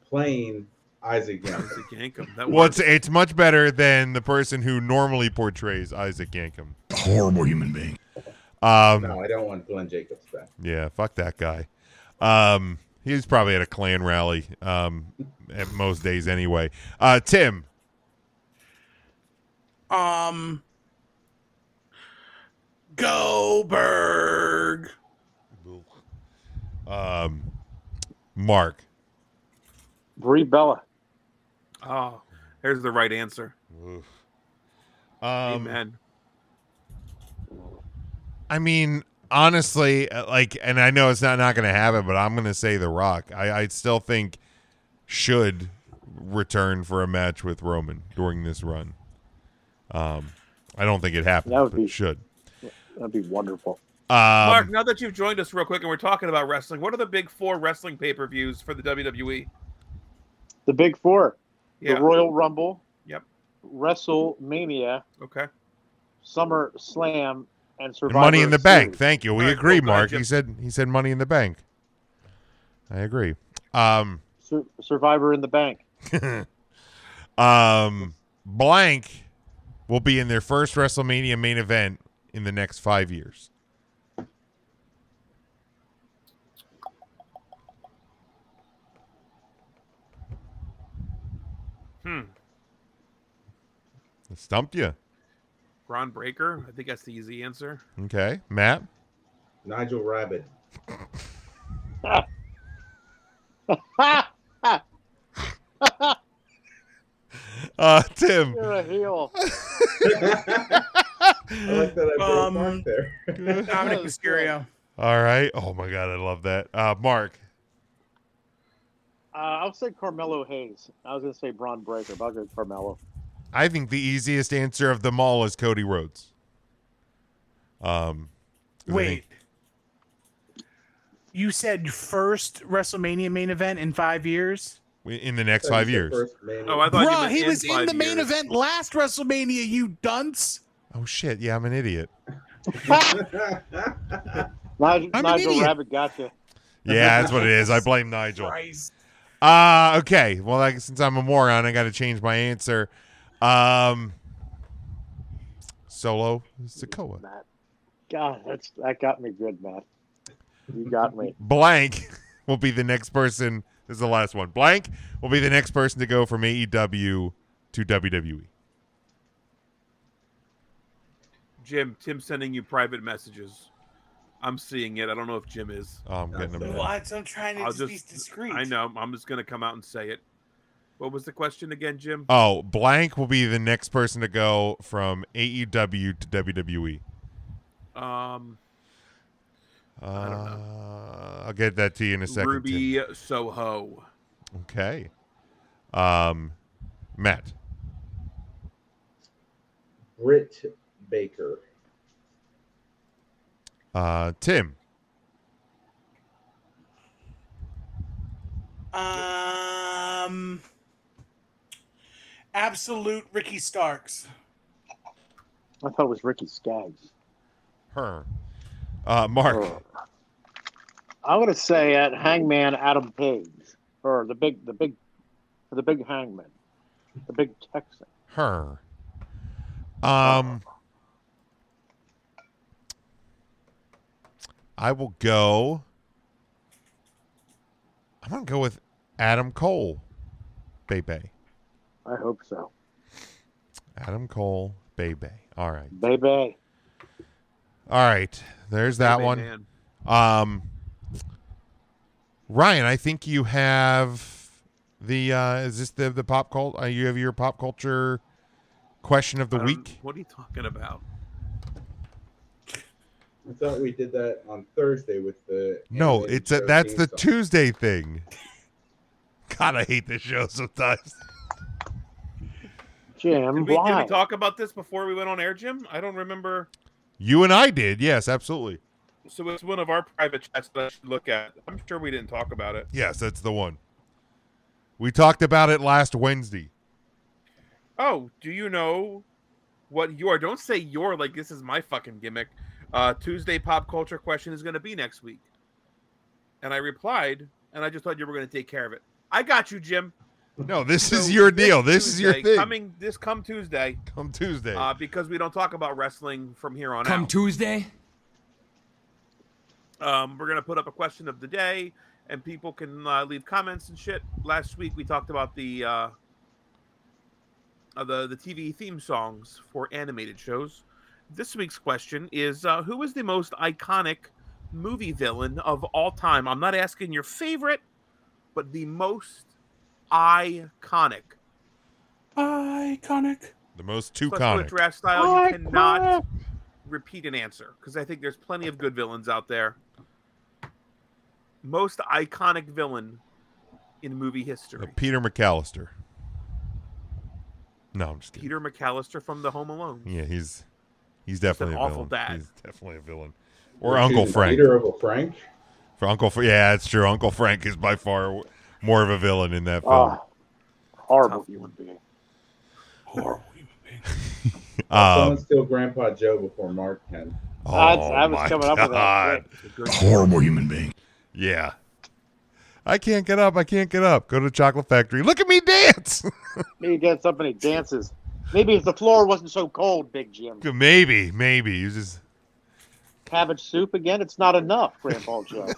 S3: playing Isaac Yankum.
S4: Isaac Yankum. That
S1: Well,
S4: works.
S1: it's, it's much better than the person who normally portrays Isaac Yankum.
S6: horrible human being.
S1: Um,
S3: no, I don't want Glenn Jacobs back.
S1: Yeah, fuck that guy. Um, he's probably at a Klan rally um, at most days anyway. Uh, Tim,
S5: Um, Goldberg.
S1: um, Mark.
S2: Brie Bella.
S4: Oh, there's the right answer.
S1: Um,
S4: Amen.
S1: I mean, honestly, uh, like, and I know it's not not going to happen, but I'm going to say The Rock. I, I still think should return for a match with Roman during this run. Um, I don't think it happened.
S2: That would
S1: but
S2: be-
S1: should.
S2: That'd be wonderful.
S1: Um,
S4: Mark, now that you've joined us real quick and we're talking about wrestling, what are the big four wrestling pay per views for the WWE?
S2: The Big Four.
S4: Yeah.
S2: The Royal Rumble.
S4: Yep.
S2: WrestleMania,
S4: okay.
S2: Summer Slam, and
S1: and
S2: Survivor
S1: Money in the Bank.
S2: Series.
S1: Thank you. We
S4: All right,
S1: agree,
S4: cool. Go ahead,
S1: Mark.
S4: Jim.
S1: He said he said Money in the Bank. I agree. Um,
S2: Sur- Survivor in the Bank.
S1: um, blank will be in their first WrestleMania main event in the next five years.
S4: Hmm.
S1: I stumped you.
S4: Ron Breaker. I think that's the easy answer.
S1: Okay, Matt.
S3: Nigel Rabbit.
S2: Ha!
S1: Uh, Tim.
S2: You're a heel. Uh,
S3: I like that I broke
S5: Um,
S3: Mark there.
S5: Dominic
S2: That was
S5: Mysterio.
S1: All right. Oh my God, I love that. Uh, Mark.
S2: Uh, I'll say Carmelo Hayes. I was going to say Braun Breaker, but I'll go Carmelo.
S1: I think the easiest answer of them all is Cody Rhodes. Um, I
S5: Wait.
S1: think-
S5: You said first WrestleMania main event in five years?
S1: in the next five
S3: That was the
S1: years.
S3: first main
S4: Oh, I
S3: event.
S4: thought you
S5: Bruh,
S4: meant
S5: he was in
S4: five
S5: the main
S4: years.
S5: event last WrestleMania, you dunce.
S1: Oh shit! Yeah, I'm an idiot.
S2: Nigel,
S1: an
S2: Nigel
S1: idiot.
S2: Rabbit gotcha.
S1: Yeah, that's what it is. I blame Nigel.
S5: Christ.
S1: Uh okay. Well, like, since I'm a moron, I got to change my answer. Um, Solo Sokoa.
S2: Matt. God, that's that got me good, Matt. You got me.
S1: Blank will be the next person. This is the last one. Blank will be the next person to go from AEW to E. WWE.
S4: Jim, Tim's sending you private messages. I'm seeing it. I don't know if Jim is.
S1: Oh, I'm getting them. now.
S5: What? I'm trying to
S4: I'll
S5: just be
S4: just-
S5: discreet.
S4: I know. I'm just going to come out and say it. What was the question again, Jim?
S1: Oh, blank will be the next person to go from AEW to E. WWE. Oh,
S4: Um,
S1: Uh,
S4: don't
S1: I'll get that to you in a second. Tim.
S4: Ruby Soho.
S1: Okay. Um, Matt.
S3: Britt Baker.
S1: Uh, Tim.
S5: Um, absolute Ricky Starks.
S2: I thought it was Ricky Skaggs.
S1: Her. Uh, Mark.
S2: Oh. I'm gonna say at Hangman Adam Page or the big the big the big Hangman, the big Texan.
S1: Her. Um. I will go. I'm gonna go with Adam Cole, Bebe.
S2: I hope so.
S1: Adam Cole, Bebe. All right,
S2: Baby,
S1: all right. There's that
S4: Hey,
S1: one.
S4: man.
S1: Um, Ryan, I think you have the uh, is this the the pop cult? Uh, you have your pop
S4: Um,
S1: culture question of the
S4: I don't-
S1: week.
S4: What are you talking about?
S3: I thought we did that on Thursday with the.
S1: No,
S3: animated
S1: it's a,
S3: show
S1: that's
S3: theme
S1: the
S3: song.
S1: Tuesday thing. God, I hate this show sometimes.
S4: Did
S2: Jim,
S4: we, did
S2: why?
S4: we talk about this before we went on air, Jim? I don't remember.
S1: You and I did, yes, absolutely.
S4: So it's one of our private chats that I should look at. I'm sure we didn't talk about it.
S1: Yes, that's the one. We talked about it last Wednesday.
S4: Oh, do you know what your? Don't say your like this is my fucking gimmick. Uh, Tuesday pop culture question is going to be next week, and I replied, and I just thought you were going to take care of it. I got you, Jim.
S1: No, this
S4: So
S1: is your deal. This is your
S4: Tuesday,
S1: thing.
S4: Coming this come Tuesday,
S1: Come Tuesday.
S4: uh, because we don't talk about wrestling from here on
S7: Come
S4: out.
S7: Tuesday.
S4: Um, we're gonna put up a question of the day, and people can uh, leave comments and shit. Last week we talked about the uh, uh, the the TV theme songs for animated shows. This week's question is: uh, Who is the most iconic movie villain of all time? I'm not asking your favorite, but the most iconic.
S5: Iconic.
S1: the most two
S4: Plus, with
S1: comic.
S4: draft style, you cannot repeat an answer because I think there's plenty of good villains out there. Most iconic villain in movie
S1: Uh,
S4: history.
S1: Peter McAllister. No, I'm just kidding.
S4: Peter McAllister from The Home Alone.
S2: Mm.
S1: Yeah, he's he's definitely a
S4: awful
S1: villain.
S4: dad.
S1: He's definitely a villain. Or
S3: Which
S1: Uncle
S3: is
S1: Frank.
S3: Peter Uncle Frank.
S1: For Uncle, Fr- yeah, it's true. Uncle Frank is by far w- more of a villain in that film.
S2: Oh, horrible human being.
S5: Horrible human being.
S1: Uh,
S3: Someone steal Grandpa Joe before Mark can.
S1: oh
S2: Ah, I- I was
S1: my
S2: coming up with that
S1: God.
S4: It's a good-
S6: Horrible human being.
S1: Yeah. I can't get up. I can't get up. Go to the chocolate factory. Look at me dance.
S2: Maybe get somebody dances. Maybe if the floor wasn't so cold, Big Jim.
S1: maybe, maybe. You just
S2: Cabbage soup again? It's not enough, Grandpa Joe.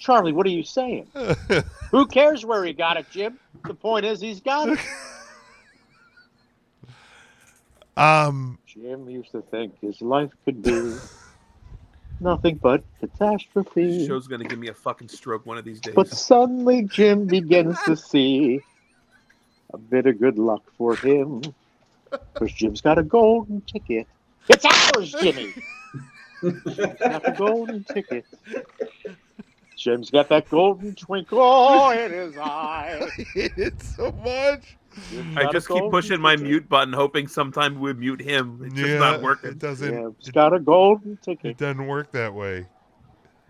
S2: Charlie, what are you saying? Who cares where he got it, Jim? The point is, he's got it.
S1: um
S2: Jim used to think his life could be nothing but catastrophe.
S4: Show's gonna give me a fucking stroke one of these days.
S2: But suddenly Jim begins to see a bit of good luck for him. Because Jim's got a golden ticket. It's ours, Jimmy! got the golden ticket. Jim's got that golden twinkle Oh, in his eye.
S1: it's so much.
S2: Jim's
S4: I
S2: got a
S4: just keep
S2: golden
S4: pushing my
S2: ticket.
S4: mute button, hoping sometime we mute him. It's just not
S1: It
S4: working.
S1: doesn't
S2: Jim's
S1: it,
S2: got a golden
S1: it
S2: ticket.
S1: doesn't work that way.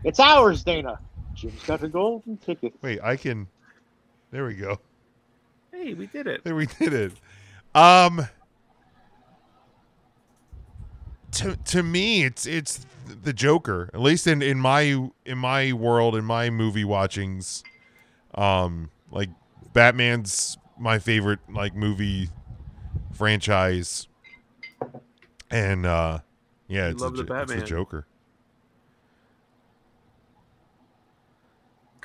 S2: It's ours, Dana. Jim's got a golden ticket.
S1: Wait, I can There we go.
S4: Hey, we did it.
S1: There we did it. Um to to me it's it's the Joker. At least in in my in my world in my movie watchings um like Batman's my favorite like movie franchise. And uh yeah,
S4: You
S1: it's,
S4: love
S1: the,
S4: the
S1: Jo- it's the
S4: Batman.
S1: Joker.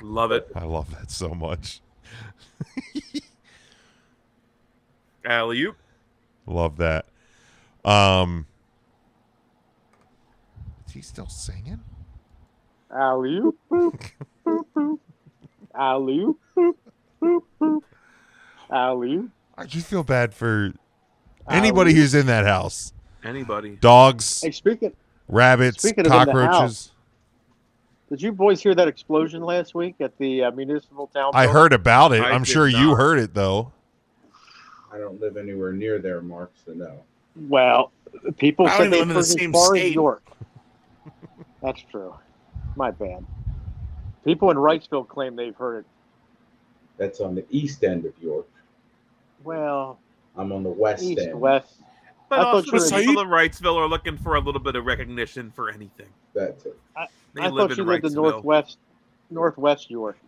S4: Love it.
S1: I love that so much.
S4: Alley oop.
S1: Love that. Um Is he still singing?
S2: Alley oop, boop, boop, boop. Alley oop, boop, boop, boop. Alley oop.
S1: I just feel bad for anybody who's in that house.
S4: Anybody.
S1: Dogs,
S2: Uh, Hey, speaking,
S1: rabbits,
S2: speaking of in the
S1: cockroaches.
S2: did you boys hear that explosion last week at the uh, municipal town?
S1: I
S2: building?
S1: heard about it.
S4: I
S1: I'm
S4: did
S1: sure you
S4: not.
S1: heard it though.
S3: I don't live anywhere near there, Mark, so no.
S2: Well, people
S5: I
S2: said
S5: don't
S2: they
S5: even live
S2: heard
S5: in the
S2: as
S5: same
S2: far as
S5: state.
S2: York. That's true. My bad. People in Wrightsville claim they've heard it.
S3: That's on the east end of York.
S2: Well,
S3: I'm on the west
S2: east,
S3: end.
S2: west.
S4: But
S2: I thought
S4: also,
S2: you
S4: the
S5: were-
S4: people in Wrightsville are looking for a little bit of recognition for anything.
S3: That's it.
S4: They
S2: I
S4: live
S2: thought you
S4: in
S2: lived in
S4: Wrightsville.
S2: northwest, northwest York.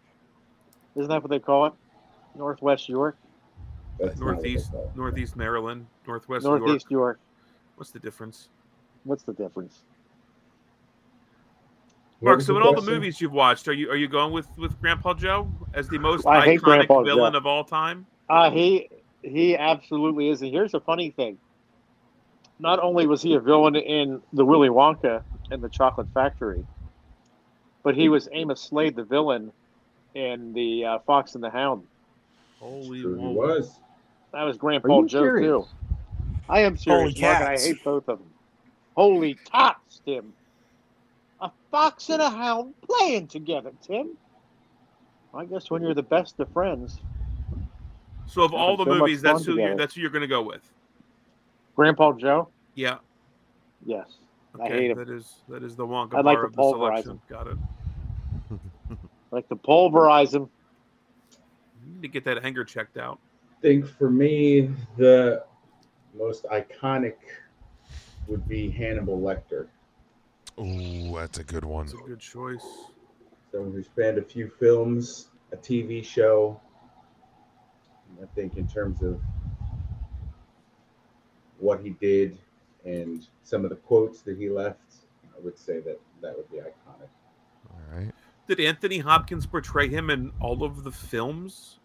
S2: Isn't that what they call it? Northwest York,
S3: That's not what they
S4: Northeast,
S3: call it.
S4: Northeast Maryland, Northwest York.
S2: northeast York.
S4: What's the difference?
S2: What's the difference?
S3: What
S4: Mark,
S3: was
S4: so in all the
S3: question?
S4: movies you've watched, are you are you going with with Grandpa Joe as the most
S2: I hate
S4: iconic
S2: Grandpa
S4: villain
S2: Joe.
S4: of all time?
S2: Uh, he he absolutely is. And here's the funny thing: not only was he a villain in the Willy Wonka and the Chocolate Factory, but he was Amos Slade, the villain in the uh, Fox and the Hound.
S4: Holy
S3: Sure he
S4: moly.
S3: was.
S2: That was Grandpa
S3: you
S2: Joe
S3: serious?
S2: too. I am serious,
S5: Holy
S2: Mark, and I
S5: cats.
S2: hate both of them. Holy tots, Tim. A fox and a hound playing together, Tim. I guess when you're the best of friends,
S4: So of all the
S2: so much
S4: movies, that's
S2: fun
S4: who you're,
S2: together.
S4: that's who you're gonna go with.
S2: Grandpa Joe.
S4: Yeah.
S2: Yes, I
S4: Okay.
S2: hate him.
S4: That is that is the Wonka
S2: I like
S4: bar
S2: to
S4: of the selection. Got it.
S2: Like to pulverize him.
S4: You need to get that anger checked out.
S3: think for me the most iconic would be Hannibal Lecter.
S1: Ooh, that's a good one.
S4: It's a good choice.
S3: Someone who spanned a few films, a TV show. And I think in terms of what he did and some of the quotes that he left, I would say that that would be iconic.
S1: All right.
S4: Did Anthony Hopkins portray him in all of the films?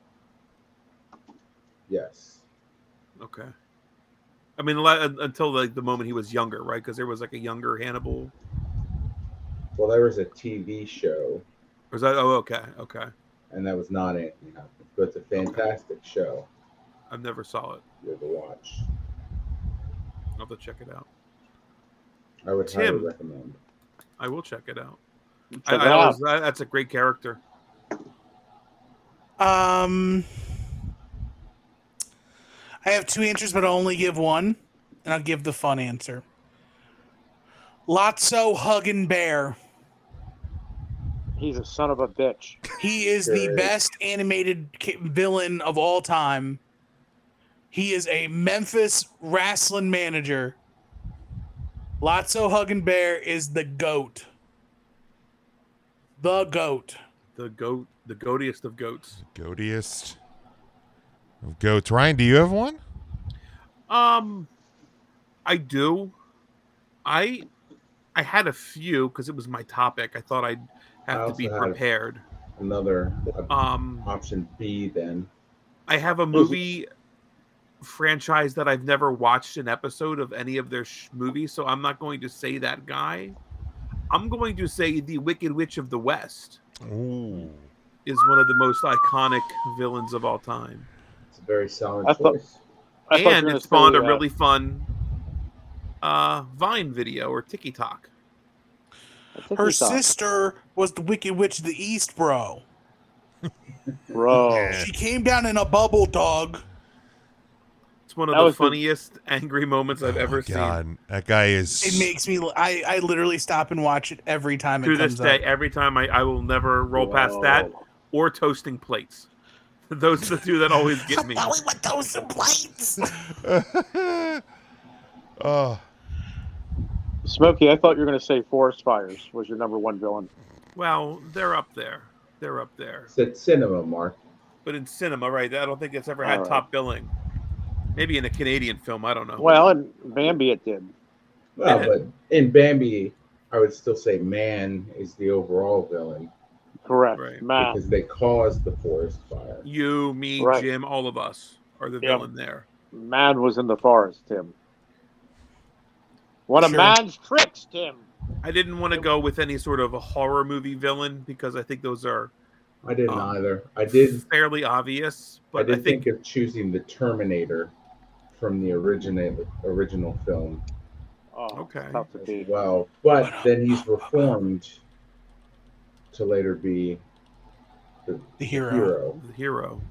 S3: Yes.
S4: Okay. I mean, li- until like the moment he was younger, right? Because there was like a younger Hannibal.
S3: Well, there was a TV show,
S4: Or is that? Oh, okay, okay.
S3: and that was not Anthony Hopkins, but it's a fantastic show.
S4: I never saw it.
S3: You have to watch.
S4: I'll have to check it out.
S3: I would
S4: Tim.
S3: highly recommend.
S4: I will check it out. I,
S2: Check
S4: I
S2: it out.
S4: always- that- that's a great character.
S5: Um, I have two answers, but I'll only give one, and I'll give the fun answer. Lotso Huggin Bear.
S2: He's a son of a bitch.
S5: He is
S3: Sure
S5: the
S3: is.
S5: best animated ki- villain of all time. He is a Memphis wrestling manager. Lotso Huggin Bear is the goat. The goat.
S4: The goat, the goatiest of goats.
S1: Goatiest of goats. Ryan, do you have one?
S4: Um, I do. I I had a few because it was my topic. I thought I'd
S3: I
S4: have to
S3: also
S4: be
S3: had a-
S4: prepared.
S3: Another op-
S4: Um,
S3: option B then.
S4: I have a movie franchise that I've never watched an episode of any of their sh- movies, so I'm not going to say that guy. I'm going to say the Wicked Witch of the West
S1: Ooh.
S4: is one of the most iconic villains of all time,
S3: It's a very solid
S2: I thought-
S3: choice.
S2: I thought you were
S4: and
S2: gonna
S4: it spawned
S2: say,
S4: a
S2: uh,
S4: really fun uh, Vine video or TikTok.
S2: I think
S5: Her
S2: he thought,
S5: sister was the Wicked Witch of the East, bro.
S2: Bro.
S1: Yeah.
S5: She came down in a bubble dog.
S4: It's one of
S2: That
S4: the
S2: was the-
S4: funniest angry moments I've
S1: Oh
S4: ever
S1: my
S4: seen.
S1: God, that guy is.
S5: It makes me. I, I literally stop and watch it every time
S4: To
S5: it
S4: this
S5: comes
S4: day,
S5: up.
S4: every time I, I will never roll past that
S2: Whoa.
S4: or toasting plates. Those are the two that always get me.
S5: Now we want those in plates.
S1: oh,
S2: Smokey, I thought you were going to say Forest Fires was your number one villain.
S4: Well, they're up there. They're up there.
S3: It's at cinema, Mark.
S4: But in cinema, right? I don't think it's ever
S2: All
S4: had
S2: right.
S4: top billing. Maybe in a Canadian film, I don't know.
S2: Well, and Bambi it did.
S3: Well,
S4: Yeah.
S3: but in Bambi, I would still say man is the overall villain
S2: Correct.
S4: Right.
S2: Matt.
S3: because they caused the forest fire.
S4: You, me,
S2: Right.
S4: Jim, all of us are the
S2: Yeah.
S4: villain there.
S2: Man was in the forest, Tim. One of
S5: Sure.
S2: man's tricks, Tim.
S4: I didn't want to go with any sort of a horror movie villain because I think those are
S3: I didn't
S4: Um,
S3: either. I did.
S4: fairly obvious.
S3: I
S4: But I,
S3: did
S4: think,
S3: think, of choosing the Terminator from the original original film
S2: Oh,
S4: Okay.
S2: it's Tough to
S3: as
S2: beat.
S3: well, but then he's reformed to later be
S5: The hero.
S3: hero.
S4: the hero,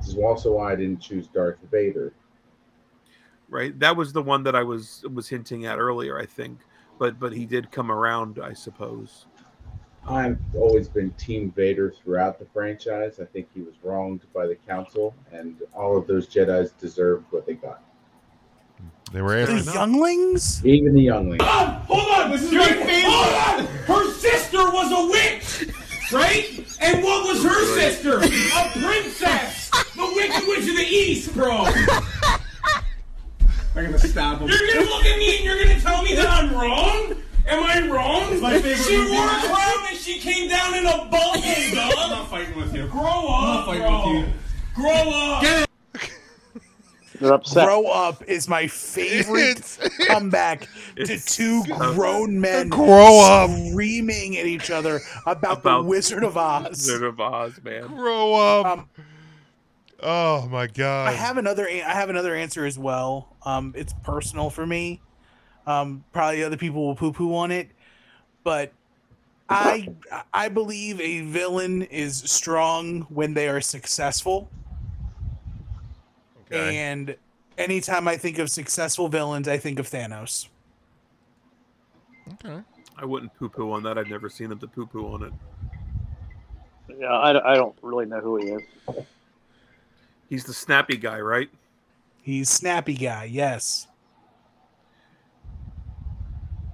S3: This is also why I didn't choose Darth Vader.
S4: right? That was the one that I was was hinting at earlier, I think. But but he did come around, I suppose.
S3: I've always been Team Vader throughout the franchise. I think he was wronged by the Council, and all of those Jedi's deserved what they got.
S1: they were
S4: Fair
S5: The
S1: asking.
S4: enough.
S5: younglings?
S3: Even the youngling.
S6: Hold on, Mrs. McPhee. Hold on. Her sister was a witch, right? And what was her sister? A princess. The Wicked Witch of the East, bro.
S8: I'm gonna stop him.
S6: You're gonna look at me and you're gonna tell me that I'm wrong. Am I wrong?
S8: my favorite
S6: she
S8: movie,
S6: wore a
S8: man.
S6: crown and she came down in a bubble,
S8: I'm
S6: dog.
S8: not fighting with you.
S6: Grow up,
S8: fighting
S6: bro.
S8: with you.
S6: Grow up.
S2: You're upset.
S5: Grow up is my favorite
S1: It's-
S5: comeback to
S4: it's
S5: two
S4: so-
S5: grown men
S1: Grow up.
S5: screaming at each other about,
S4: About-
S5: the Wizard of Oz.
S4: Wizard of Oz, man.
S1: Grow up.
S5: Um,
S1: oh my God.
S5: I have another. an- I have another answer as well. Um, it's personal for me. Um, probably other people will poo poo on it, but I I believe a villain is strong when they are successful.
S1: Okay.
S5: And anytime I think of successful villains, I think of Thanos.
S1: okay.
S4: I wouldn't poo poo on that. I've never seen him to poo poo on it.
S2: Yeah, I, I don't really know who he is.
S4: He's the snappy guy, right?
S5: He's snappy guy, yes.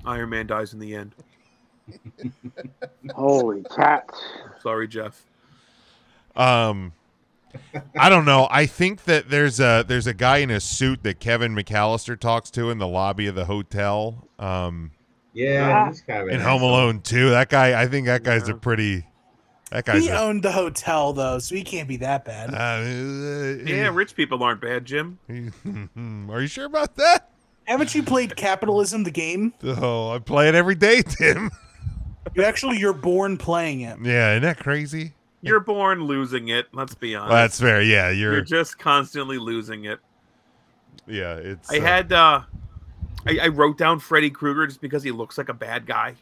S4: Iron Man dies in the end.
S2: Holy cat!
S4: Sorry, Jeff.
S1: Um, I don't know. I think that there's a there's a guy in a suit that Kevin McAllister talks to in the lobby of the hotel. Um,
S3: Yeah, he's kind of
S1: in
S3: an
S1: Home
S3: asshole.
S1: Alone too. That guy. I think that guy's a
S4: Yeah.
S1: pretty. That guy's.
S5: he owned the hotel though, so he can't be that
S1: A,
S5: bad.
S1: uh,
S4: Yeah, rich people aren't bad, Jim.
S1: Are you sure about that?
S5: Haven't you played Capitalism the game?
S1: Oh, I play it every day, Tim.
S5: You actually you're born playing it.
S1: Yeah, isn't that crazy?
S4: You're born losing it. Let's be honest.
S1: That's fair. Yeah,
S4: Uh, you're,
S1: you're.
S4: just constantly losing it.
S1: Yeah, it's.
S4: I
S1: uh,
S4: had uh I, I wrote down Freddy Krueger just because he looks like a bad guy.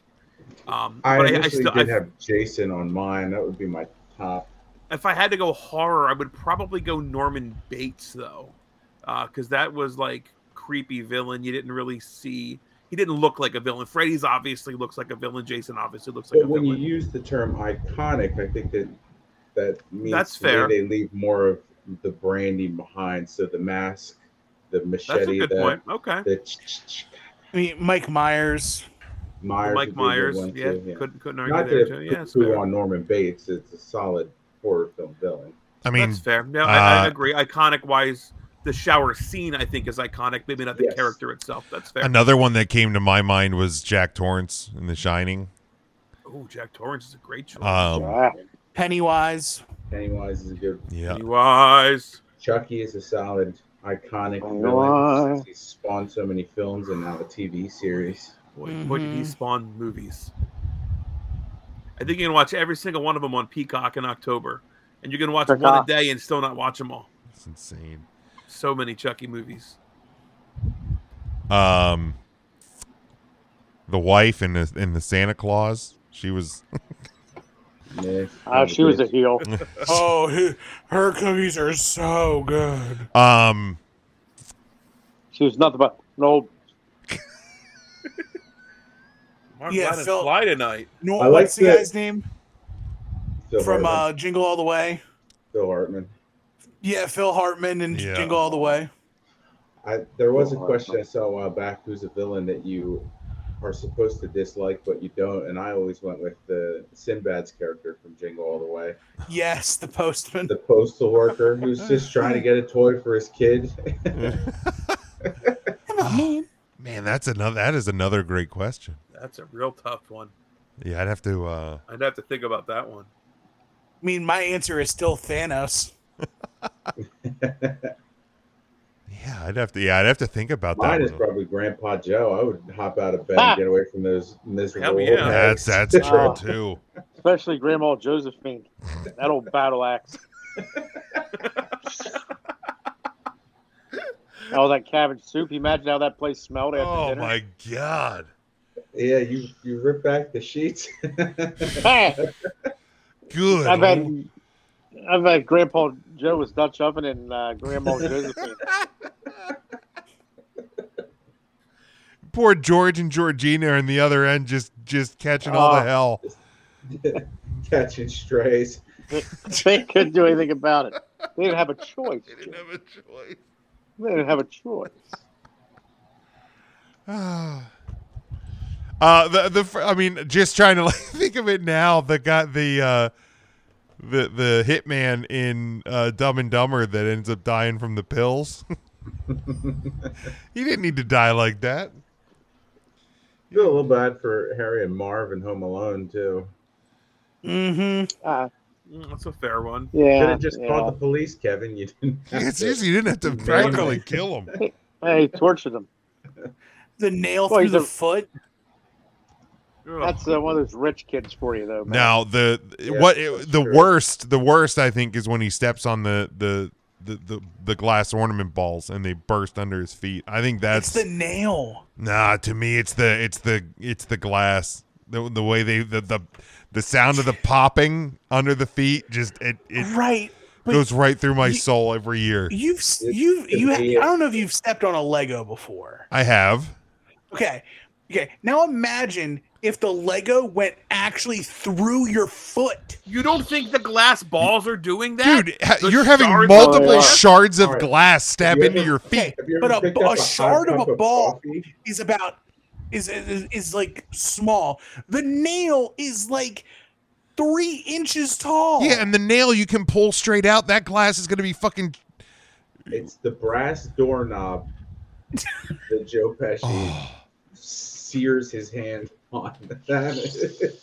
S4: Um,
S3: I
S4: but I, I
S3: initially
S4: still,
S3: did
S4: I-
S3: have Jason on mine. That would be my top.
S4: if I had to go horror, I would probably go Norman Bates though, because that was like creepy villain. You didn't really see. He didn't look like a villain. Freddy's obviously looks like a villain. Jason obviously looks like
S3: But
S4: a
S3: when you
S4: villain.
S3: use the term iconic, I think that that means
S4: That's
S3: to me
S4: fair.
S3: They leave more of the branding behind. So the mask, the machete,
S4: That's a good
S3: the,
S4: point. Okay,
S3: the ch- ch- ch-
S5: I mean Mike Myers.
S3: Myers would be a
S4: Mike
S3: good
S4: Myers.
S3: one,
S4: Yeah,
S3: too, yeah.
S4: couldn't couldn't argue
S3: Not
S4: there
S3: to
S4: too. Yeah, that's
S3: poo
S4: fair.
S3: on Norman Bates. It's a solid horror film villain.
S1: I mean,
S4: that's fair. No, I, I
S1: uh,
S4: agree. Iconic wise, the shower scene I think is iconic. Maybe not the
S3: Yes.
S4: character itself. That's fair.
S1: another one that came to my mind was Jack Torrance in The Shining.
S4: Oh, Jack Torrance is a great choice.
S1: Um,
S2: Ah,
S5: Pennywise.
S3: Pennywise is a good.
S1: yeah.
S4: Pennywise.
S3: Chucky is a solid iconic
S2: Oh, Pennywise.
S3: villain. He spawned so many films and now a TV series.
S4: Boy, boy, did he
S5: Mhm.
S4: spawn movies. I think you can watch every single one of them on Peacock in October, and you can watch one a
S2: Peacock.
S4: day and still not watch them all.
S1: It's insane.
S4: So many Chucky movies.
S1: Um, the wife in the in the Santa Claus. She was.
S3: Yeah,
S2: ah, she was a heel.
S5: Oh, he- her cookies are so good.
S1: Um,
S2: She was nothing but no.
S4: Mark
S5: Yeah,
S4: Lydon's
S5: Phil-
S4: fly tonight.
S5: No,
S3: I like
S5: what's the
S3: that-
S5: guy's name
S3: Phil
S5: from
S3: Hartman.
S5: uh, Jingle All the Way?
S3: Phil Hartman.
S5: Yeah, Phil Hartman and
S1: Yeah.
S5: Jingle All the Way.
S3: I, there was a
S2: Phil
S3: question I
S2: Hartman.
S3: saw a while back. Who's a villain that you are supposed to dislike but you don't? And I always went with the Sinbad's character from Jingle All the Way,
S5: Yes, the postman.
S3: the postal worker who's just trying to get a toy for his kid.
S5: Come on, man.
S1: man, that's another. That is another great question.
S4: That's a real tough one.
S1: Yeah, I'd have to. uh
S4: I'd have to think about that one.
S5: I mean, my answer is still Thanos.
S1: Yeah, I'd have to. Yeah, I'd have to think about that.
S3: Mine is
S1: one.
S3: probably Grandpa Joe. I would hop out of bed
S2: Ah.
S3: and get away from those miserable.
S4: Hell
S3: old
S4: yeah.
S1: That's
S3: guys.
S1: that's true
S2: Oh.
S1: too.
S2: Especially Grandma Josephine. That old battle axe. All that cabbage soup. You Imagine how that place smelled after
S1: Oh
S2: dinner.
S1: my god,
S3: Yeah, you you rip back the sheets.
S2: Hey,
S1: good.
S2: I've
S1: lord.
S2: had, I've had Grandpa Joe was Dutch oven and uh, Grandma Josephine.
S1: Poor George and Georgina are in the other end, just just catching all the
S2: Oh.
S1: hell.
S3: Catching strays.
S2: they couldn't do anything about it. They didn't have a choice.
S1: They didn't have a choice.
S2: They didn't have a choice.
S1: uh the the fir- I mean, just trying to like think of it now. The got the uh, the the hitman in uh, Dumb and Dumber that ends up dying from the pills. he didn't need to die like that.
S3: Feel a little bad for Harry and Marv and Home Alone too.
S5: Mm-hmm.
S2: Uh,
S4: Mm, That's a fair one.
S2: yeah.
S3: Could have just
S2: yeah.
S3: called the police, Kevin. You didn't. have
S1: It's
S3: to.
S1: seriously, you didn't have to
S3: Name it.
S1: practically kill him.
S2: Hey, torture them.
S5: The nail
S2: Well,
S5: through
S2: he's a-
S5: the foot.
S4: Ugh.
S2: That's uh, one of those rich kids for you, though. man.
S1: Now the
S3: Yeah,
S1: what
S3: that's
S1: the
S3: true.
S1: worst the worst I think is when he steps on the the the, the, the glass ornament balls and they burst under his feet. I think that's
S5: It's the nail.
S1: Nah, to me, it's the it's the it's the glass. The, the way they the, the the sound of the popping under the feet just it it
S5: Right. But
S1: goes right through my
S5: you-
S1: soul every year.
S5: you've s-
S3: It's
S5: you've you
S3: gonna be
S5: ha- I don't know if you've stepped on a Lego before.
S1: I have.
S5: Okay. Okay. Now imagine if the Lego went actually through your foot.
S4: You don't think the glass balls are doing that?
S1: Dude, ha-
S4: The
S1: you're having
S4: shards-
S1: multiple
S2: Oh, yeah.
S1: shards of
S3: Alright.
S1: glass stab
S3: You
S1: into
S3: ever-
S1: your feet.
S3: Have you
S5: But
S3: ever
S5: a-
S3: picked
S5: a
S3: up hot
S5: shard of
S3: cup
S5: a ball-
S3: coffee?
S5: Is about is, is is like small. The nail is like three inches tall.
S1: Yeah, and the nail you can pull straight out. That glass is gonna be fucking.
S3: It's the brass doorknob that Joe Pesci
S1: Oh,
S3: sears his hand on. That is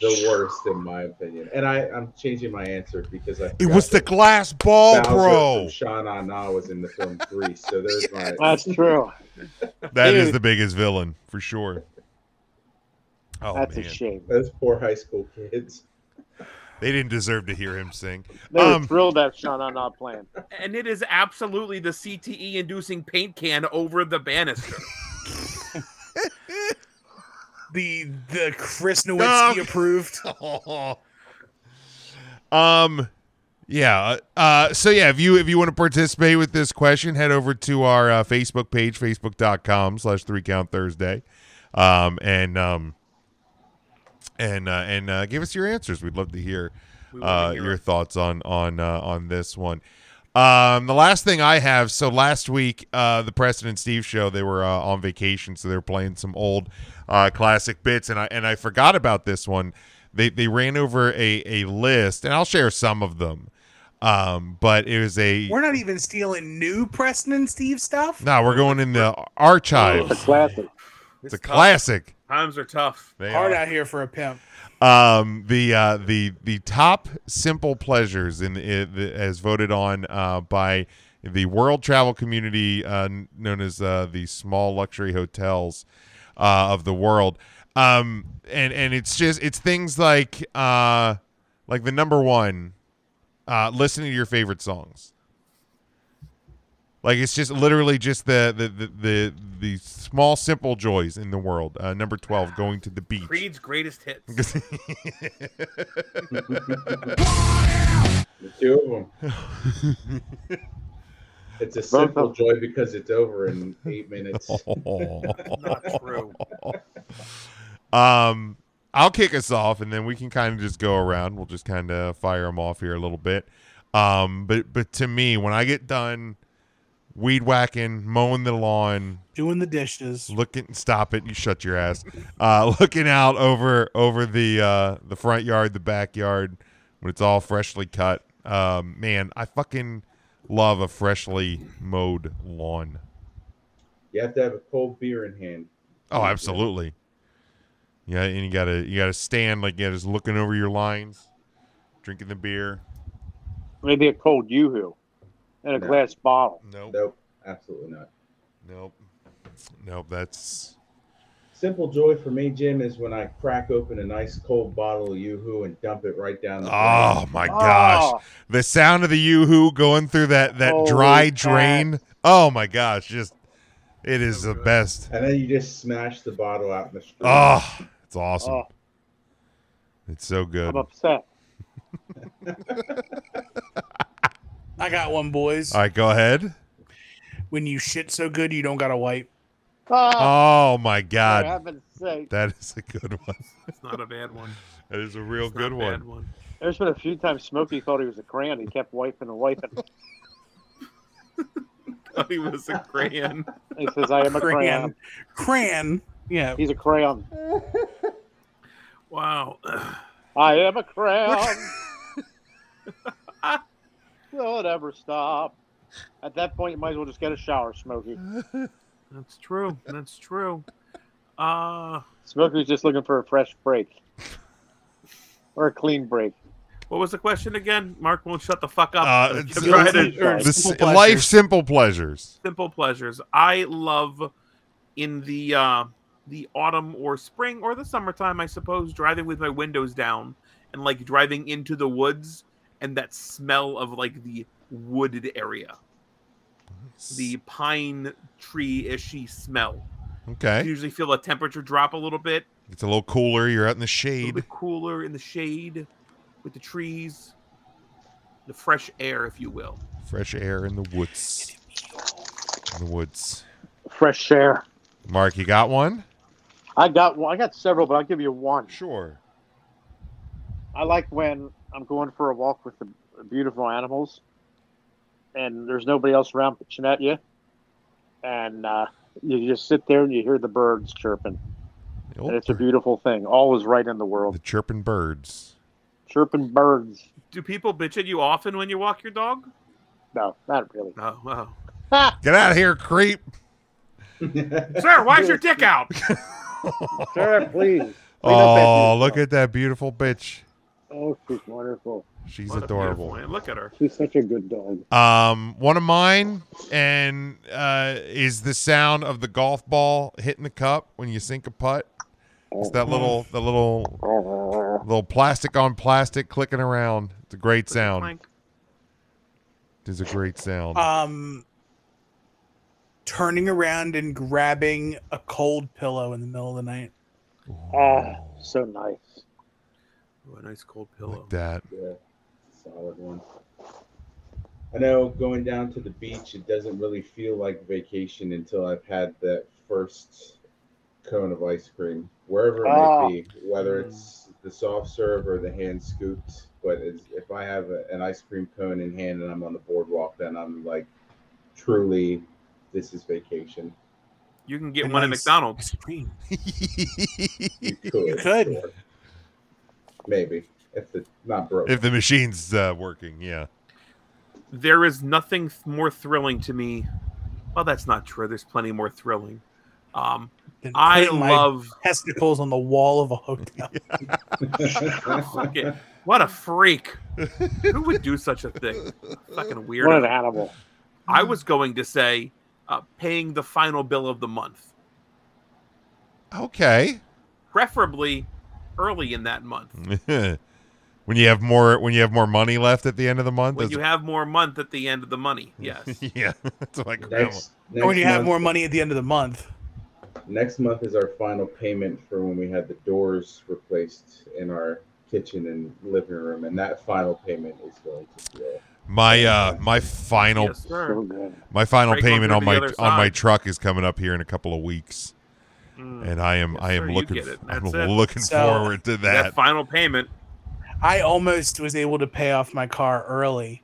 S3: the worst, in my opinion. And I, I'm changing my answer because I.
S1: it
S3: forgot
S1: was the
S3: that
S1: glass ball,
S3: Bowser
S1: bro.
S3: From Sean Anna was in the film Grease, so there's my.
S2: That's true.
S1: That is
S2: Dude.
S1: the biggest villain for sure. Oh
S2: That's
S1: man,
S2: a shame.
S3: Those poor high school kids.
S1: they didn't deserve to hear him sing.
S2: They
S1: Um,
S2: were thrilled that Shauna not playing.
S4: and it is absolutely the CTE inducing paint can over the banister.
S5: The the Chris
S1: Dog.
S5: Nowitzki approved.
S1: um yeah uh so yeah if you if you want to participate with this question head over to our uh, facebook page facebook.com slash three count thursday um and um and uh and uh give us your answers we'd love to hear
S4: We wanna
S1: uh
S4: hear
S1: your
S4: it.
S1: thoughts on on uh, on this one um the last thing i have so last week uh the president steve show they were uh, on vacation so they were playing some old uh classic bits and i and i forgot about this one they they ran over a a list and i'll share some of them um but it was a
S5: We're not even stealing new Preston and Steve stuff.
S1: no we're going in the
S2: It's a
S1: archive
S2: classic.
S1: it's a
S4: tough.
S1: classic
S4: Times are tough.
S1: They
S5: Hard
S1: are.
S5: out here for a pimp.
S1: um the uh the the top simple pleasures in the, the as voted on uh by the world travel community uh n- known as uh the small luxury hotels uh of the world um and and it's just it's things like uh like the number one uh listening to your favorite songs like it's just literally just the the the the, the small simple joys in the world uh number 12 going to the beach
S4: Creed's greatest hits.
S3: The two of them. it's a simple joy because it's over in eight minutes.
S4: Not true.
S1: um, I'll kick us off, and then we can kind of just go around. We'll just kind of fire them off here a little bit. Um, but but to me, when I get done weed whacking, mowing the lawn,
S5: Doing the dishes.
S1: looking stop it you shut your ass uh looking out over over the uh the front yard the backyard when it's all freshly cut um man i fucking love a freshly mowed lawn
S3: You have to have a cold beer in hand.
S1: oh absolutely yeah and you gotta you gotta stand like yeah just looking over your lines drinking the beer
S2: Maybe a cold yoo-hoo and a
S3: No.
S2: glass bottle.
S1: nope
S3: Nope, absolutely not.
S1: nope nope that's
S3: Simple joy for me, Jim, is when I crack open a nice cold bottle of yoo-hoo and dump it right down the
S1: oh my gosh
S2: Oh,
S1: the sound of the yoo-hoo going through that that
S2: Holy
S1: dry
S2: crap.
S1: drain oh my gosh just it is the
S4: good.
S1: best
S3: And then you just smash the bottle out in the street.
S1: oh it's awesome
S2: oh,
S1: it's so good
S2: I'm upset.
S5: I got one, boys.
S1: all right go ahead
S5: When you shit so good, you don't gotta wipe.
S2: Oh,
S1: oh my
S2: for
S1: god
S2: heaven's sake.
S1: that is a good one
S4: It's not a bad one.
S1: that is a real
S4: It's not
S1: good
S4: a bad
S1: one
S2: There's been a few times Smokey thought he was a crayon. He kept wiping and wiping.
S4: Thought he was a crayon.
S2: He says, I am a crayon.
S5: Cran. Cran. Yeah.
S2: He's a crayon.
S4: Wow.
S2: I am a crayon. Don't ever stop. At that point, you might as well just get a shower, Smokey.
S4: That's true. That's true. Uh
S2: Smokey's just looking for a fresh break or a clean break.
S4: what was the question again? Mark won't shut the fuck up.
S1: Uh,
S4: I'm
S1: it's-
S4: trying to
S2: Or
S1: the
S5: simple
S1: s-
S5: pleasures.
S1: life simple pleasures
S4: simple pleasures. I love in the uh, the autumn or spring or the summertime, I suppose, driving with my windows down and like driving into the woods and that smell of like the wooded area. The pine tree ishy smell. You
S1: Okay.
S4: usually feel the temperature drop a little bit.
S1: It's a little cooler. You're out in the
S4: A little
S1: shade.
S4: bit cooler in the shade with the trees. The fresh air, if you will.
S1: Fresh air in the woods. In the woods.
S2: Fresh air.
S1: Mark, you got one?
S2: I got one. I got several, but I'll give you one.
S1: Sure.
S2: I like when I'm going for a walk with the beautiful animals, and there's nobody else around pitching at you, and uh, you just sit there and you hear the birds chirping, and it's a beautiful thing. All is right in the
S1: the
S2: world.
S1: chirping birds.
S2: Chirping birds.
S4: Do people bitch at you often when you walk your dog?
S2: No, not really.
S4: Oh, wow.
S1: Get out of here, creep.
S4: Sir, why is your dick out?
S2: Sure, please.
S1: Oh, look at that beautiful bitch.
S2: Oh, she's wonderful.
S1: She's
S4: What a beautiful
S1: adorable.
S4: man. Look at her.
S2: She's such a good dog.
S1: Um, one of mine and uh, is the sound of the golf ball hitting the cup when you sink a putt. It's that
S4: Oh.
S1: little, the little, little plastic on plastic clicking around. It's a great sound.
S4: Clank.
S1: It's a great sound.
S2: Uh,
S5: Um, turning around and grabbing a cold pillow in the middle of the night.
S2: Ah, so nice.
S4: Ooh, a nice cold pillow.
S1: Like that.
S3: Yeah, solid one. I know going down to the beach, it doesn't really feel like vacation until I've had that first cone of ice cream, wherever it
S2: Ah.
S3: may be, whether it's the soft serve or the hand scooped. But it's, if I have a, an ice cream cone in hand and I'm on the boardwalk, then I'm like, truly, this is vacation.
S4: You can get
S5: And
S4: one at
S5: nice
S4: McDonald's.
S5: ice cream.
S3: You could,
S5: could.
S3: sure. maybe if it's not broke.
S1: If the machine's uh, working, yeah.
S4: There is nothing th- more thrilling to me. Well, that's not true. There's plenty more thrilling. Um,
S5: Then
S4: I
S5: put my
S4: love
S5: testicles on the wall of a hotel.
S4: fucking what
S1: Mm.
S4: a freak. Who would do such a thing? Fucking weird.
S2: What an animal.
S4: I was going to say uh, paying the final bill of the month,
S1: Okay.
S4: preferably early in that month.
S1: Mm. when you have more, when you have more money left at the end of the month.
S4: When
S1: that's-
S4: you have more month at the end of the money, yes.
S1: yeah, that's what I grandma.
S3: Next,
S5: or when
S3: next
S5: you have
S3: month-
S5: more money at the end of the month.
S3: Next month is our final payment for when we had the doors replaced in our kitchen and living room, and that final payment is going to be.
S1: My uh, my final
S4: yes
S2: So
S4: sir.
S2: good.
S1: My final
S4: Break one
S1: payment
S4: through
S1: on
S4: the
S1: my
S4: other
S1: on my
S4: side.
S1: truck is coming up here in a couple of weeks,
S4: Mm.
S1: and I am
S4: Yes,
S1: I am
S4: sir, you
S1: looking
S4: get it.
S1: I'm
S4: That's it.
S1: looking
S5: So-
S1: forward to
S4: that.
S1: that.
S4: final payment.
S5: I almost was able to pay off my car early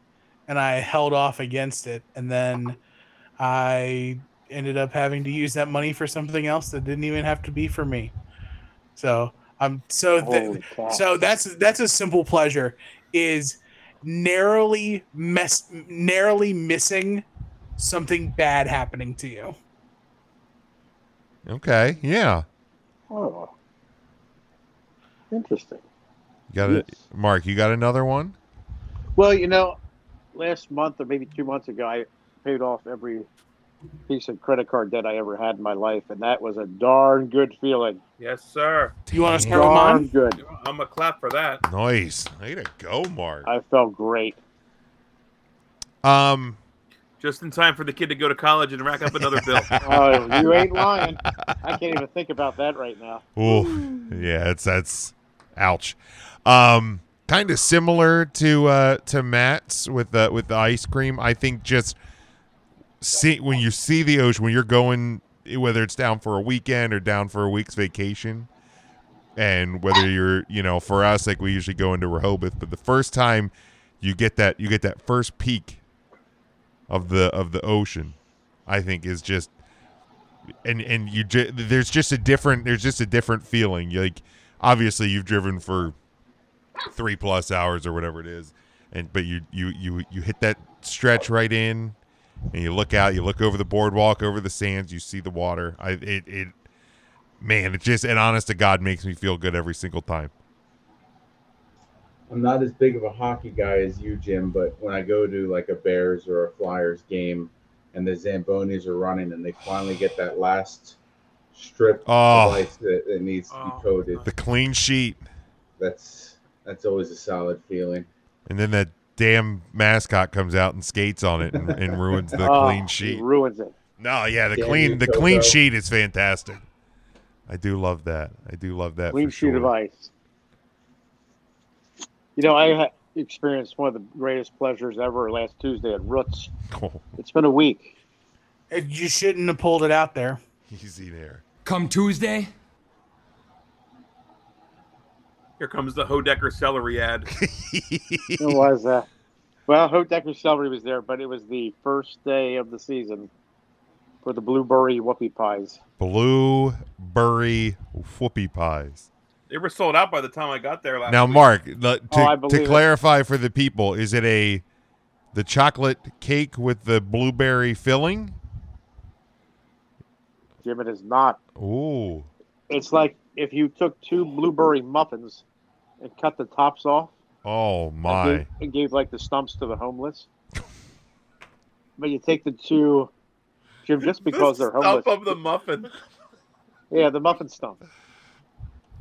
S5: and I held off against it. And then I ended up having to use that money for something else that didn't even have to be for me. So I'm so
S2: Holy
S5: th-
S2: cow.
S5: so that's that's a simple pleasure is narrowly mess narrowly missing something bad happening to you.
S1: Okay, yeah,
S2: oh. Interesting.
S1: you got it,
S2: Yes.
S1: Mark. You got another one?
S2: Well, you know, last month or maybe two months ago, I paid off every piece of credit card debt I ever had in my life, and that was a darn good feeling.
S4: Yes, sir.
S5: You want to start with
S2: Darn
S5: mine?
S2: good.
S4: I'm a clap for that.
S1: Nice, way to go, Mark.
S2: I felt great.
S1: Um,
S4: Just in time for the kid to go to college and rack up another bill.
S2: Oh, you ain't lying. I can't even think about that right now.
S1: ooh, yeah, it's that's ouch. Um, kind of similar to uh to Matt's with the with the ice cream. I think just see when you see the ocean when you're going whether it's down for a weekend or down for a week's vacation and whether you're you know for us like we usually go into rehoboth but the first time you get that you get that first peak of the of the ocean i think is just and and you ju- there's just a different there's just a different feeling You, like obviously you've driven for three plus hours or whatever it is and but you you you you hit that stretch right in and you look out, you look over the boardwalk, over the sands, you see the water. I it it man, it just and honest to God makes me feel good every single time.
S3: I'm not as big of a hockey guy as you, Jim, but when I go to like a Bears or a Flyers game, and the Zambonis are running, and they finally get that last strip
S1: Oh.
S3: of ice that, that needs to
S4: Oh,
S3: be coated,
S1: The clean sheet
S3: that's that's always a solid feeling.
S1: and then that damn mascot comes out and skates on it and, and ruins the
S2: Oh,
S1: clean sheet.
S2: ruins it.
S1: No, yeah, the
S3: Damn
S1: clean
S3: you,
S1: the clean
S3: Coco.
S1: sheet is fantastic. I do love that. I do love that.
S2: Clean
S1: for
S2: sheet
S1: sure.
S2: of ice. You know, I ha- experienced one of the greatest pleasures ever last Tuesday at Roots.
S1: Cool.
S2: It's been a week.
S5: It- You shouldn't have pulled it out there.
S1: Easy there.
S7: Come Tuesday,
S4: Here comes the Hodecker celery ad.
S2: It was uh, well, Hodecker Celery was there, but it was the first day of the season for the blueberry whoopie pies.
S1: Blueberry whoopie pies.
S4: They were sold out by the time I got there last.
S1: Now,
S4: week.
S1: Mark, le- to,
S2: Oh, I believe
S1: to
S2: it.
S1: clarify for the people, is it a the chocolate cake with the blueberry filling?
S2: Jim, it is not.
S1: Ooh,
S2: It's like if you took two blueberry muffins and cut the tops off
S1: oh
S2: and
S1: my!
S2: gave, and gave like the stumps to the homeless. But you take the two, Jim, just because
S4: the
S2: they're homeless.
S4: Stump of the muffin.
S2: Yeah, the muffin stump.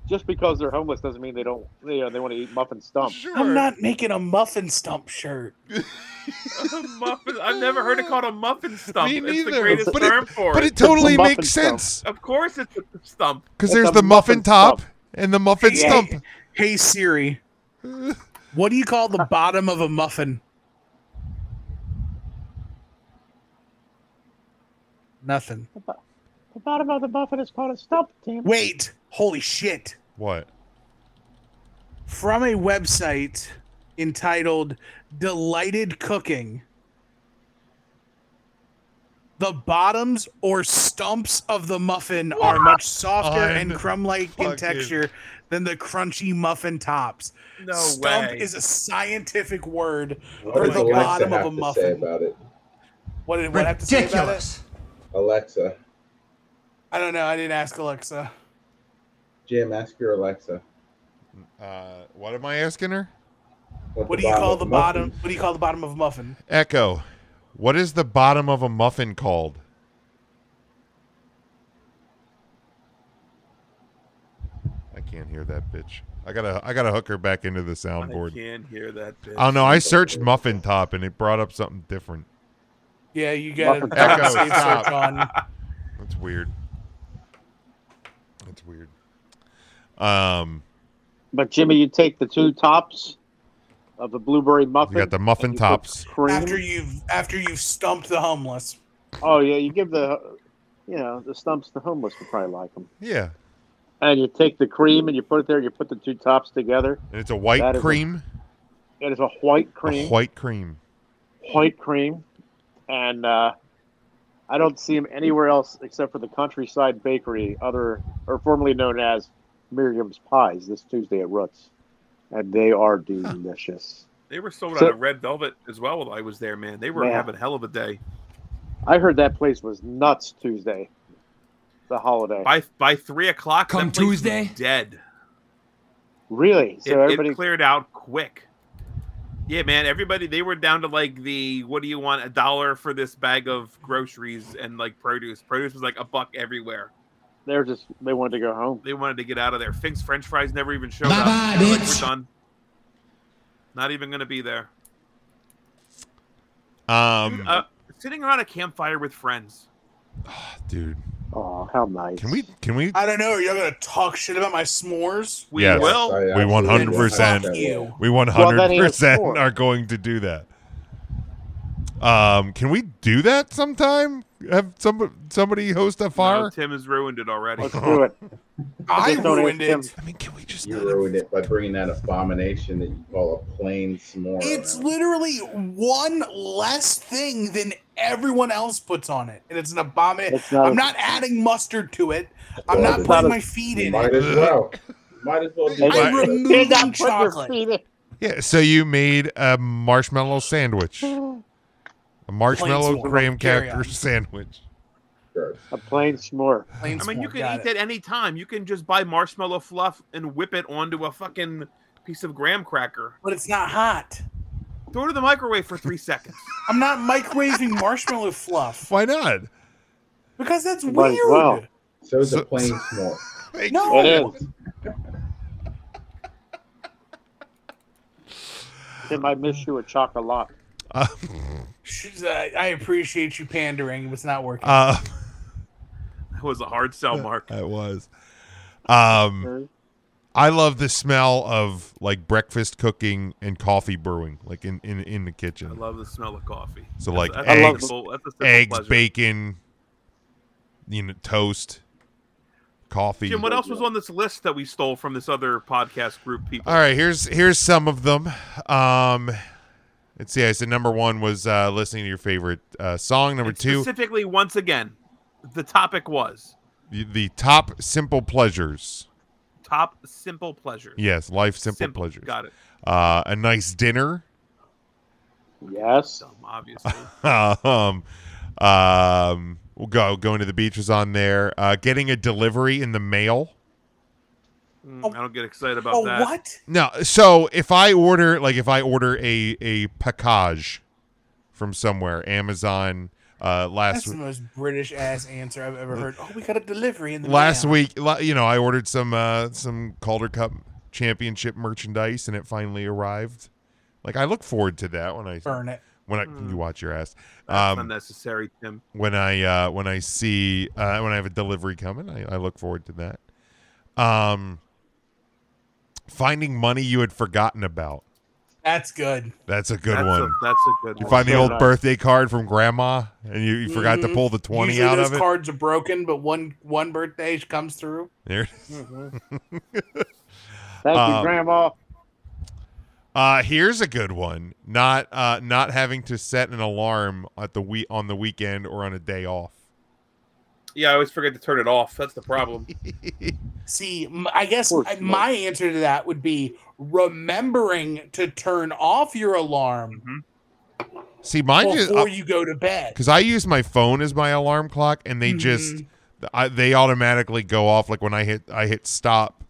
S2: Just because they're homeless doesn't mean they don't. You know, they want to eat muffin stump.
S1: Sure.
S5: I'm not making a muffin stump shirt.
S4: A muffin. I've never heard it called a muffin stump.
S1: Me
S4: it's the
S1: neither,
S4: greatest
S1: but it-
S4: term for
S1: But
S4: it,
S1: it totally
S2: It's a
S1: makes
S2: muffin stump.
S1: sense
S4: Of course, it's a stump.
S1: because
S2: It's
S1: there's
S2: a
S1: the muffin,
S2: muffin
S1: top
S2: stump.
S1: and the muffin
S5: Yeah.
S1: stump.
S5: Hey Siri, what do you call the bottom of a muffin? Nothing.
S2: The bottom of the muffin is called a stump, Tim.
S5: Wait, holy shit.
S1: What?
S5: From a website entitled Delighted Cooking, the bottoms or stumps of the muffin are much softer and
S1: Un-
S5: crumb like in
S1: fucking-
S5: texture than the crunchy muffin tops.
S4: No
S5: Stump
S4: way.
S5: is a scientific word.
S3: What
S5: Or
S3: does
S5: the
S3: Alexa
S5: bottom of
S3: have
S5: a
S3: to say
S5: muffin.
S3: about it?
S5: What did what I have to say about it?
S7: ridiculous.
S3: Alexa,
S5: I don't know. I didn't ask Alexa.
S3: Jim, ask your Alexa.
S1: Uh, what am I asking her?
S5: What
S3: the
S5: do you
S3: bottom
S5: call
S3: of
S5: the
S3: a
S5: bottom?
S3: muffin-
S5: What do you call the bottom of a muffin?
S1: Echo. What is the bottom of a muffin called? I can't hear that bitch. I gotta I gotta hook her back into the
S4: I
S1: soundboard.
S4: can't hear that. Bitch.
S1: I don't know. I searched muffin top and it brought up something different.
S5: Yeah, you got
S2: Muffin
S5: to
S1: top.
S5: safe
S1: Stop.
S5: search on.
S1: That's weird. That's weird. Um,
S2: But Jimmy, you take the two tops of the blueberry muffin.
S1: got the muffin
S2: and you put
S1: tops.
S2: Cream.
S5: After you've after you've stumped the homeless.
S2: oh yeah, you give the, you know, the stumps the homeless would probably like them.
S1: yeah,
S2: And you take the cream and you put it there. You put the two tops together.
S1: and it's a
S2: That
S1: white
S2: is a
S1: cream,
S2: It is a white
S1: a
S2: cream.
S1: white cream.
S2: white cream, and uh, I don't see him anywhere else except for the Countryside Bakery, other or formerly known as Miriam's Pies, this Tuesday at Roots, and they are delicious.
S4: They were sold
S2: So-
S4: out of red velvet as well while I was there, man. They were
S2: Yeah.
S4: having a hell of a day.
S2: I heard that place was nuts Tuesday, the holiday.
S4: By by three o'clock,
S7: Come
S4: that place was
S7: Tuesday?
S4: dead.
S2: really? So
S4: It- it,
S2: everybody,
S4: cleared out quick. Yeah, man. Everybody, they were down to like the what do you want? A dollar for this bag of groceries and like produce. Produce was like a buck everywhere.
S2: they're just they wanted to go home.
S4: They wanted to get out of there. Fink's French fries never even showed up.
S7: Bye-bye,
S4: They're like,
S7: bitch.
S4: we're done. Not even gonna be there.
S1: Um,
S4: Uh, sitting around a campfire with friends.
S1: dude,
S2: Oh, how nice!
S1: can we can we
S5: I don't know. Are y'all gonna talk shit about my s'mores?
S4: We
S1: Yes.
S4: will.
S3: Sorry,
S1: We
S3: I-
S1: 100%
S5: Fuck you.
S1: We 100%
S2: Well, that he has four.
S1: are going to do that. Um, can we do that sometime? Have some somebody host a fire?
S4: No, Tim has ruined it already.
S2: Let's do it.
S5: I
S2: Just don't
S5: ruined
S2: ask him.
S5: it.
S1: I mean, can we just
S3: You
S1: not-
S3: ruined it by bringing that abomination that you call a plain s'more.
S5: It's
S3: around.
S5: literally one less thing than everyone else puts on it, and it's an abomination.
S2: It's not
S5: I'm
S2: a-
S5: not adding mustard to it. I'm
S3: Well,
S5: not
S3: it's
S5: putting
S2: not a-
S5: my feet
S3: You
S5: in
S3: might
S5: it.
S3: as well. Might as well.
S1: I
S5: I'm
S1: Right.
S2: You're
S5: removing
S2: not putting your
S5: chocolate.
S2: feet in.
S1: Yeah, so you made a marshmallow sandwich. A marshmallow
S5: s'more.
S1: graham
S5: Carry
S1: cracker
S5: on.
S1: sandwich.
S3: Sure.
S2: A plain s'more.
S5: Plain
S4: I mean, you
S5: s'more,
S4: can
S5: got
S4: eat that any time. You can just buy marshmallow fluff and whip it onto a fucking piece of graham cracker.
S5: but it's not hot.
S4: Throw it in the microwave for three seconds.
S5: I'm not microwaving marshmallow fluff
S1: Why not?
S5: because that's
S2: Might as
S5: weird.
S2: well.
S3: So it's
S1: So-
S3: a plain s'more.
S5: Oh. No,
S2: It is. Tim, I miss you a chocolate.
S5: She's, uh, I appreciate you pandering. It was not working.
S1: Uh,
S4: That was a hard sell, Mark.
S1: it was. Um, I love the smell of like breakfast cooking and coffee brewing, like in in, in the kitchen.
S4: I love the smell of coffee.
S1: So,
S4: That's-
S1: like,
S4: that's a
S2: eggs-
S4: simple- that's a simple
S1: Eggs,
S4: pleasure.
S1: bacon, you know, toast, coffee.
S4: Jim, what else was on this list that we stole from this other podcast group? People,
S1: All right, here's here's some of them. Um, let's see. I said number one was uh, listening to your favorite uh, song. Number
S4: And
S1: two,
S4: specifically, once again, the topic was
S1: the, the top simple pleasures.
S4: top simple pleasures.
S1: Yes, life simple,
S4: Simple.
S1: pleasures.
S4: Got it.
S1: Uh, a nice dinner.
S2: Yes.
S4: Dumb, obviously.
S1: um, um, we'll go going to the beach was on there. Uh, getting a delivery in the mail.
S4: Mm,
S5: Oh.
S4: I don't get excited about
S5: oh,
S4: that.
S5: what?
S1: No, so if I order like if I order a a package from somewhere, Amazon. Uh,
S5: That's
S1: last
S5: the most British ass answer I've ever heard. Oh, we got a delivery in the
S1: last
S5: mail.
S1: week, la- you know, I ordered some uh, some Calder Cup Championship merchandise, and it finally arrived. Like I look forward to that when I
S5: Burn it.
S1: when I
S4: Mm.
S1: you watch your ass.
S4: That's
S1: Um,
S4: unnecessary, Tim.
S1: when I uh, when I see uh, when I have a delivery coming. I, I look forward to that. Um, finding money you had forgotten about.
S5: That's good.
S1: That's a good
S4: that's
S1: one.
S4: A, that's a good
S1: you
S4: one.
S1: find the
S2: so
S1: old
S2: nice.
S1: birthday card from grandma, and you, you forgot to
S4: Mm-hmm.
S5: Mhm.
S1: pull the twenty
S5: Usually
S1: out
S5: those
S1: of it.
S5: cards are broken, but one one birthday comes through.
S1: There-
S2: Thank
S1: Um,
S2: you, Grandma.
S1: Uh, here's a good one. Not uh, not having to set an alarm at the we- on the weekend or on a day off.
S4: Yeah, I always forget to turn it off. That's the problem.
S5: See, m- I guess
S2: Poor
S5: I-
S2: Smoke.
S5: my answer to that would be remembering to turn off your alarm
S1: See, mine just
S5: before you go to bed.
S1: because I use my phone as my alarm clock, and they just
S4: Mm-hmm.
S1: I, they automatically go off. Like when I hit I hit stop,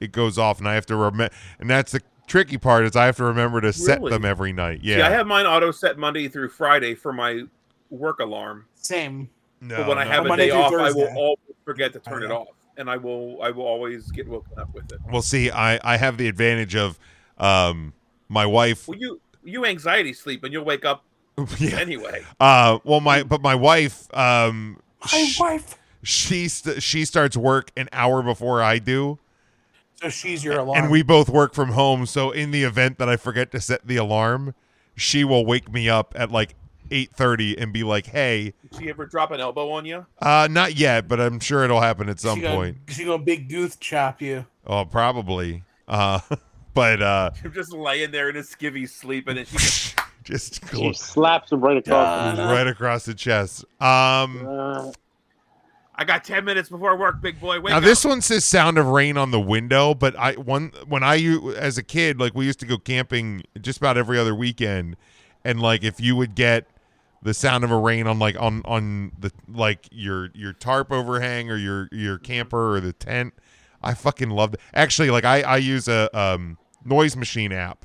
S1: it goes off, and I have to remember. And that's the tricky part is I have to remember to set
S4: Really?
S1: them every night. Yeah,
S4: See, I have mine auto set Monday through Friday for my work alarm.
S5: Same.
S1: no,
S4: but when I
S1: no.
S4: have a
S5: Monday
S4: day
S5: through
S4: off, I
S5: Thursday.
S4: will always forget to turn it
S5: yeah.
S4: off, and I will I will always get woken up with it.
S1: Well, see, I I have the advantage of um my wife.
S4: Well, you you anxiety sleep, and you'll wake up
S1: yeah.
S4: anyway.
S1: Uh, well, my but my wife um.
S5: My
S1: sh-
S5: wife.
S1: she st- she starts work an hour before I do,
S5: So she's your alarm.
S1: and we both work from home. So in the event that I forget to set the alarm, she will wake me up at like eight thirty and be like, "Hey,
S4: Did she ever drop an elbow on you?
S1: uh, not yet, but I'm sure it'll happen at some
S5: she gonna,
S1: point.
S5: She gonna big gooth chop you.
S1: Oh, probably. Uh, but uh,
S4: You're just laying there in a skivvy sleep, and then she just
S1: just
S2: She
S1: cl-
S2: slaps him right
S5: Uh,
S2: across. the
S1: right across the chest. Um,
S2: Uh,
S4: I got ten minutes before work, big boy. Wake
S1: now
S4: up.
S1: this one says sound of rain on the window, but I one when I u- as a kid like we used to go camping just about every other weekend, and like if you would get the sound of a rain on like on on the like your your tarp overhang or your your camper or the tent, I fucking loved it. Actually, like I I use a um noise machine app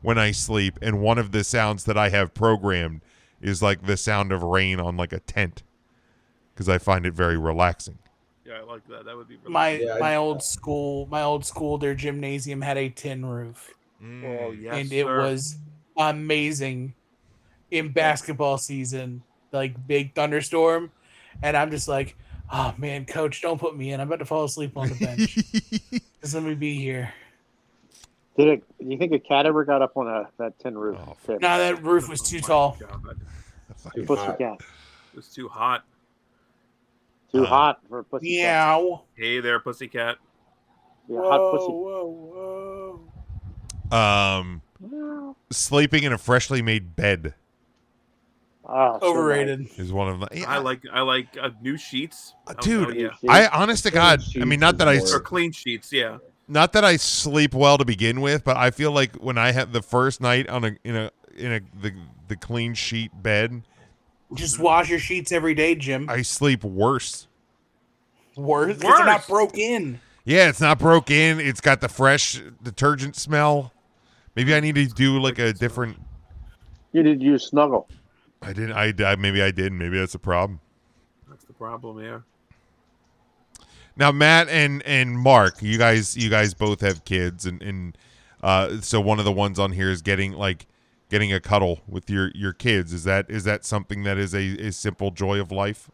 S1: when I sleep, and one of the sounds that I have programmed is like the sound of rain on like a tent, because I find it very relaxing.
S4: Yeah, I like that. That would be really
S5: My
S3: Yeah, I-
S5: my old school my old school their gymnasium had a tin roof
S4: Oh yes,
S5: and it
S4: sir.
S5: was amazing in basketball season like big thunderstorm and I'm just like oh man coach don't put me in I'm about to fall asleep on the bench just let me be here
S2: did it? You think a cat ever got up on a, that tin roof?
S1: Oh,
S2: Tim?
S5: now that roof was
S4: Oh
S5: too
S4: my
S5: tall
S4: God,
S3: Too
S2: pussy
S3: hot.
S2: cat.
S4: It was too hot.
S2: Too
S1: Uh,
S2: hot for a pussy cat.
S5: meow
S4: Hey there, pussycat.
S2: Yeah,
S5: whoa,
S2: hot pussy.
S5: whoa whoa
S1: Um, sleeping in a freshly made bed
S2: Ah, so
S5: overrated
S1: is one of the.
S4: I like I like uh, new sheets,
S1: Uh,
S4: Oh,
S1: dude.
S4: hell
S2: nice.
S4: yeah.
S1: I honest to God, I mean, not that I,
S4: or clean sheets. Yeah,
S1: not that I sleep well to begin with, but I feel like when I had the first night on a in a in a the the clean sheet bed,
S5: just wash your sheets every day Jim
S1: I sleep worse.
S5: worse 'cause they're not
S4: Worse.
S5: broke in
S1: Yeah, it's not broke in. It's got the fresh detergent smell. Maybe I need to do like a different.
S2: You did use snuggle.
S1: I didn't. I, I maybe I did. Maybe that's a problem.
S4: that's the problem here.
S1: Now, Matt and and Mark, you guys, you guys both have kids, and and Uh, so one of the ones on here is getting like getting a cuddle with your your kids. Is that is that something that is a, a simple joy of life?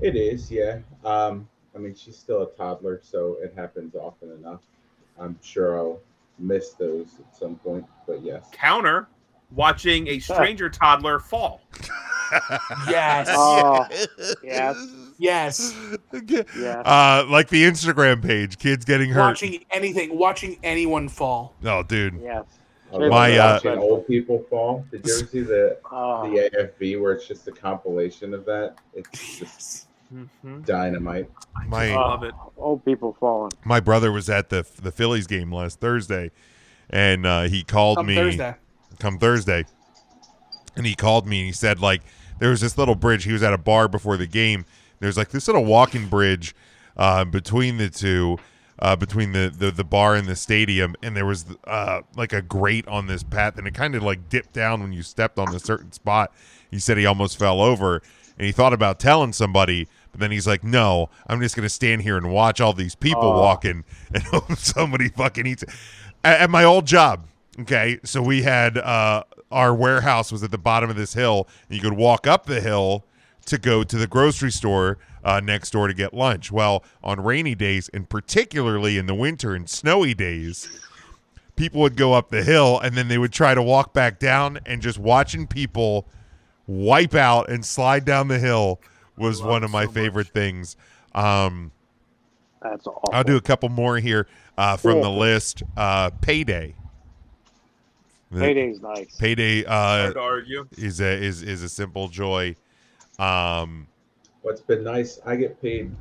S3: It is, yeah. Um, I mean, she's still a toddler, so it happens often enough. I'm sure I'll miss those at some point, but yes.
S4: Counter watching a stranger toddler fall.
S5: Yes.
S4: Uh,
S2: Oh, yes,
S5: yes.
S2: yes.
S1: Uh, like the Instagram page, kids getting hurt.
S5: Watching anything, watching anyone fall.
S1: oh, dude.
S2: Yes.
S3: I
S2: Kids
S3: love
S1: My, uh,
S3: watching old people fall. Did you ever see the
S2: Oh,
S5: Uh-huh.
S3: the AFB where it's just a compilation of that? It's just
S5: Yes. Mm-hmm.
S4: Mhm.
S3: dynamite.
S1: My
S2: oh,
S4: Love it.
S1: Uh,
S2: Old people falling.
S1: my brother was at the the Phillies game last Thursday, and uh, he called
S5: Come
S1: me
S5: Thursday.
S1: come Thursday, and he called me and he said like there was this little bridge. He was at a bar before the game. There's like this little walking bridge uh, between the two, uh, between the, the the bar and the stadium, and there was uh, like a grate on this path, and it kind of like dipped down when you stepped on a certain spot. He said he almost fell over, and he thought about telling somebody. But then he's like, "No, I'm just gonna stand here and watch all these people
S2: Aw.
S1: walking and hope somebody fucking eats." it." At, at my old job, okay, so we had uh, our warehouse was at the bottom of this hill, and you could walk up the hill to go to the grocery store uh, next door to get lunch. Well, on rainy days, and particularly in the winter and snowy days, people would go up the hill and then they would try to walk back down, and just watching people wipe out and slide down the hill was
S4: Love
S1: one of
S4: it
S1: my
S4: so much.
S1: favorite things. Um,
S2: That's awful.
S1: I'll do a couple more here uh, from the
S2: Cool.
S1: list. Uh, payday. The-
S2: Payday's nice.
S1: Payday
S4: Hard
S1: uh,
S4: to argue.
S1: is a is is a simple joy. Um,
S3: What's been nice, I get paid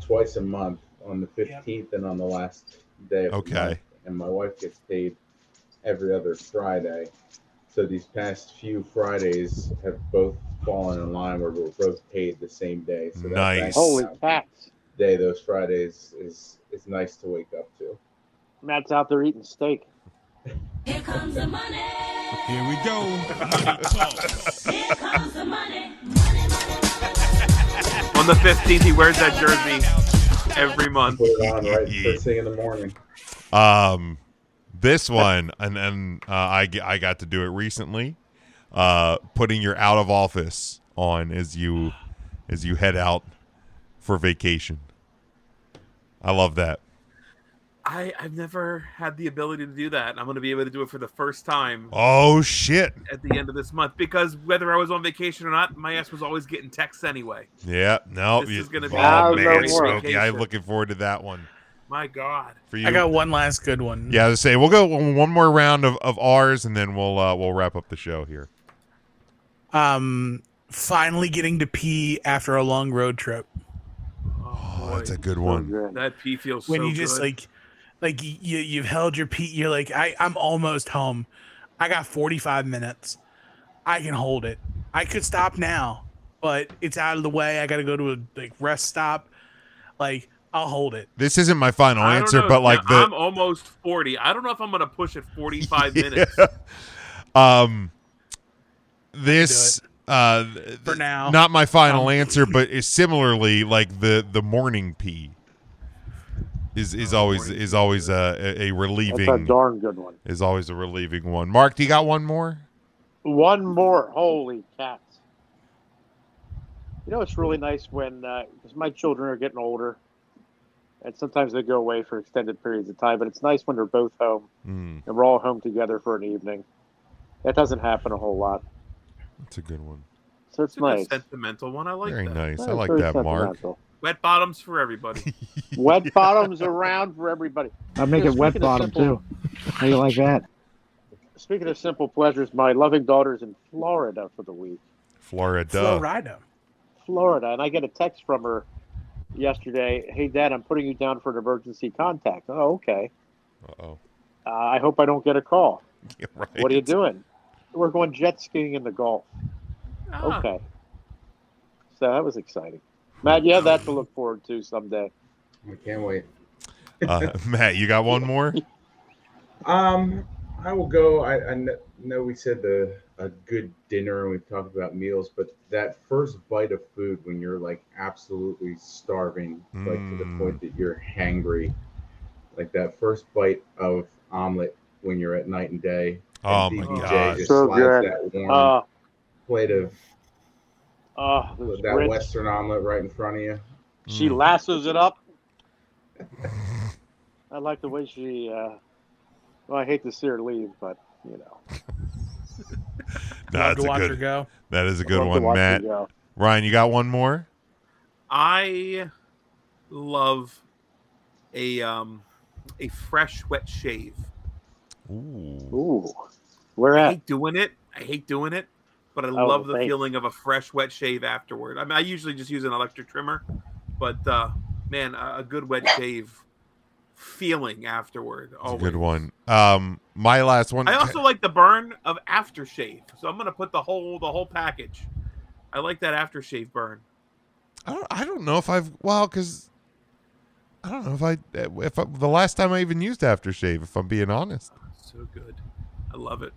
S3: twice a month on the
S5: Yep.
S3: 15th and on the last day of the
S1: Okay.
S3: month, and my wife gets paid every other Friday. So these past few Fridays have both fallen in line where we're both paid the same day. So that
S1: Nice.
S3: bank
S2: Holy
S3: account
S2: cats.
S3: day those Fridays is is nice to wake up to.
S2: Matt's out there eating steak.
S8: Here comes the money.
S7: Here we go.
S8: Here comes the money. Money,
S4: On the 15th, he wears that jersey every month.
S3: Put it on right first thing in the morning.
S1: um, this one, and and uh, I g- I got to do it recently. Uh, putting your out of office on as you as you head out for vacation. I love that.
S4: I, I've never had the ability to do that. and I'm going to be able to do it for the first time
S1: Oh shit!
S4: at the end of this month because whether I was on vacation or not, my ass was always getting texts anyway.
S1: Yeah, no,
S4: This
S1: you-
S4: is gonna be
S1: oh,
S2: a
S1: man,
S2: great
S1: Smokey, I'm
S4: vacation.
S1: looking forward to that one
S4: My God.
S1: for you.
S5: I got one last good one.
S1: Yeah, I was gonna say we'll go on one more round of, of ours, and then we'll uh, we'll wrap up the show here.
S5: Um, finally getting to pee after a long road trip
S4: Oh,
S1: Oh,
S4: boy.
S1: that's a good
S2: So
S1: one.
S2: good.
S4: that pee feels
S5: when
S4: so
S5: you just
S4: good.
S5: like, like y- you you've held your pee. You're like, I I'm almost home. I got 45 minutes. I can hold it. I could stop now, but it's out of the way. I got to go to a like rest stop. Like I'll hold it.
S1: This isn't my final
S4: I don't
S1: answer,
S4: know.
S1: but like
S4: Now, I'm
S1: the
S4: almost 40. I don't know if I'm going to push it 45 minutes.
S1: um this uh th-
S5: For now.
S1: not my final answer, but is similarly like the the morning pee is is always
S4: Oh, morning
S1: is always a a, a
S2: That's a
S1: relieving
S2: darn good one.
S1: is always a relieving one. Mark, do you got one more?
S2: One more. Holy cats. You know, it's really nice when, because my children are getting older, and sometimes they go away for extended periods of time, but it's nice when they're both home
S1: Mm,
S2: and we're all home together for an evening. That doesn't happen a whole lot.
S1: that's a good one.
S2: So it's,
S4: It's a good
S2: nice.
S4: sentimental one. I like
S1: Very
S4: that.
S1: nice. I
S2: That's
S1: like
S2: very
S1: that, Mark.
S2: sentimental.
S4: Wet bottoms for everybody.
S2: Wet bottoms around for everybody.
S9: I'm making
S2: Speaking
S9: wet
S2: of
S9: bottom
S2: simple-
S9: too. How you like that?
S2: Speaking of simple pleasures, my loving daughter's in Florida for the week.
S1: Florida.
S5: Florida.
S2: Florida, and I get a text from her yesterday. Hey, Dad, I'm putting you down for an emergency contact. Oh, okay.
S1: Uh-oh.
S2: Uh, I hope I don't get a call.
S1: Yeah, right.
S2: What are you doing? We're going jet skiing in the Gulf.
S4: Ah,
S2: Okay. So that was exciting. Matt, you have that to look forward to someday.
S3: I can't wait.
S1: uh, Matt, you got one more?
S3: Um, I will go. I, I kn- know we said the a good dinner and we've talked about meals, but that first bite of food when you're like absolutely starving, like to the
S1: Mm.
S3: point that you're hangry, like that first bite of omelet when you're at night and day.
S1: Oh
S3: and
S1: my
S3: DDJ
S1: god.
S3: just
S2: So
S3: slides
S2: good.
S3: that warm
S2: Oh,
S3: plate of
S2: oh, it was
S3: that
S2: rich.
S3: Western omelet right in front of you.
S1: Mm.
S2: She lassos it up. I like the way she. Uh, well, I hate to see her leave, but you know,
S1: Nah,
S5: Love
S1: that's
S5: to
S1: a
S5: watch her
S1: good.
S5: go.
S1: That is a
S2: I
S1: good
S2: love to
S1: one,
S2: watch her
S1: Matt.
S2: go.
S1: Ryan, you got one more?
S4: I love a um a fresh wet shave.
S1: Ooh.
S2: Ooh, where
S4: I
S2: at?
S4: hate doing it. I hate doing it, but I
S2: Oh,
S4: love the
S2: thanks.
S4: feeling of a fresh wet shave afterward. I mean, I usually just use an electric trimmer, but uh man, a, a good wet shave feeling afterward.
S1: That's a
S5: Oh,
S4: Always.
S1: good one. Um, my last one.
S4: I also like the burn of aftershave, so I'm gonna put the whole the whole package. I like that aftershave burn.
S1: I don't, I don't know if I've well because I don't know if I if I, the last time I even used aftershave. If I'm being honest.
S4: So good. I love it.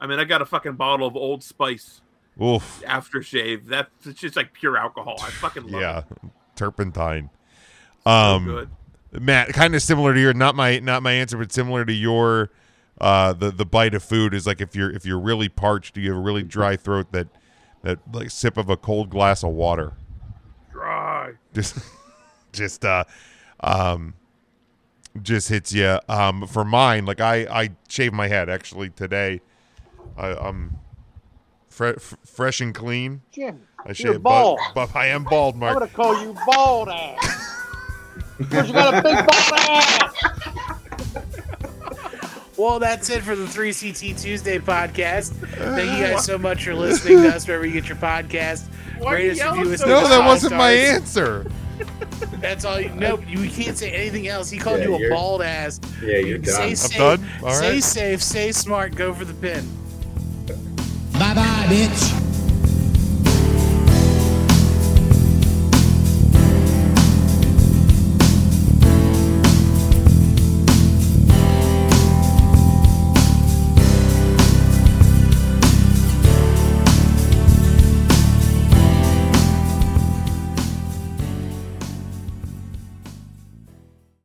S4: I mean, I got a fucking bottle of Old Spice
S1: Oof.
S4: aftershave. That's it's just like pure alcohol. I fucking love
S1: Yeah.
S4: it.
S1: Turpentine.
S4: So
S1: Um.
S4: good.
S1: Matt, kind of similar to your not my not my answer, but similar to your uh the the bite of food is like if you're if you're really parched, you have a really dry throat that that like sip of a cold glass of water.
S4: Dry.
S1: Just just uh um just hits you. Um for mine, like I I shaved my head actually today. I I'm fre- f- fresh and clean.
S2: Jim,
S1: I
S2: you're
S1: shaved
S2: bald.
S1: but, but I am bald,
S2: I'm
S1: Mark.
S2: gonna call you bald ass. Cause you got a big bald ass.
S5: Well, that's it for the 3CT Tuesday podcast. Thank you guys so much for listening to us wherever you get your podcast. Greatest review is
S1: No, that wasn't my
S5: Stars.
S1: answer.
S5: That's all you Nope, you can't say anything else. He called
S3: Yeah,
S5: you a
S3: you're-
S5: bald ass.
S3: Yeah, you're done.
S5: Say
S1: I'm
S5: safe.
S1: done. All
S5: stay
S1: right.
S5: safe, stay smart, go for the pin.
S7: Bye bye, bitch.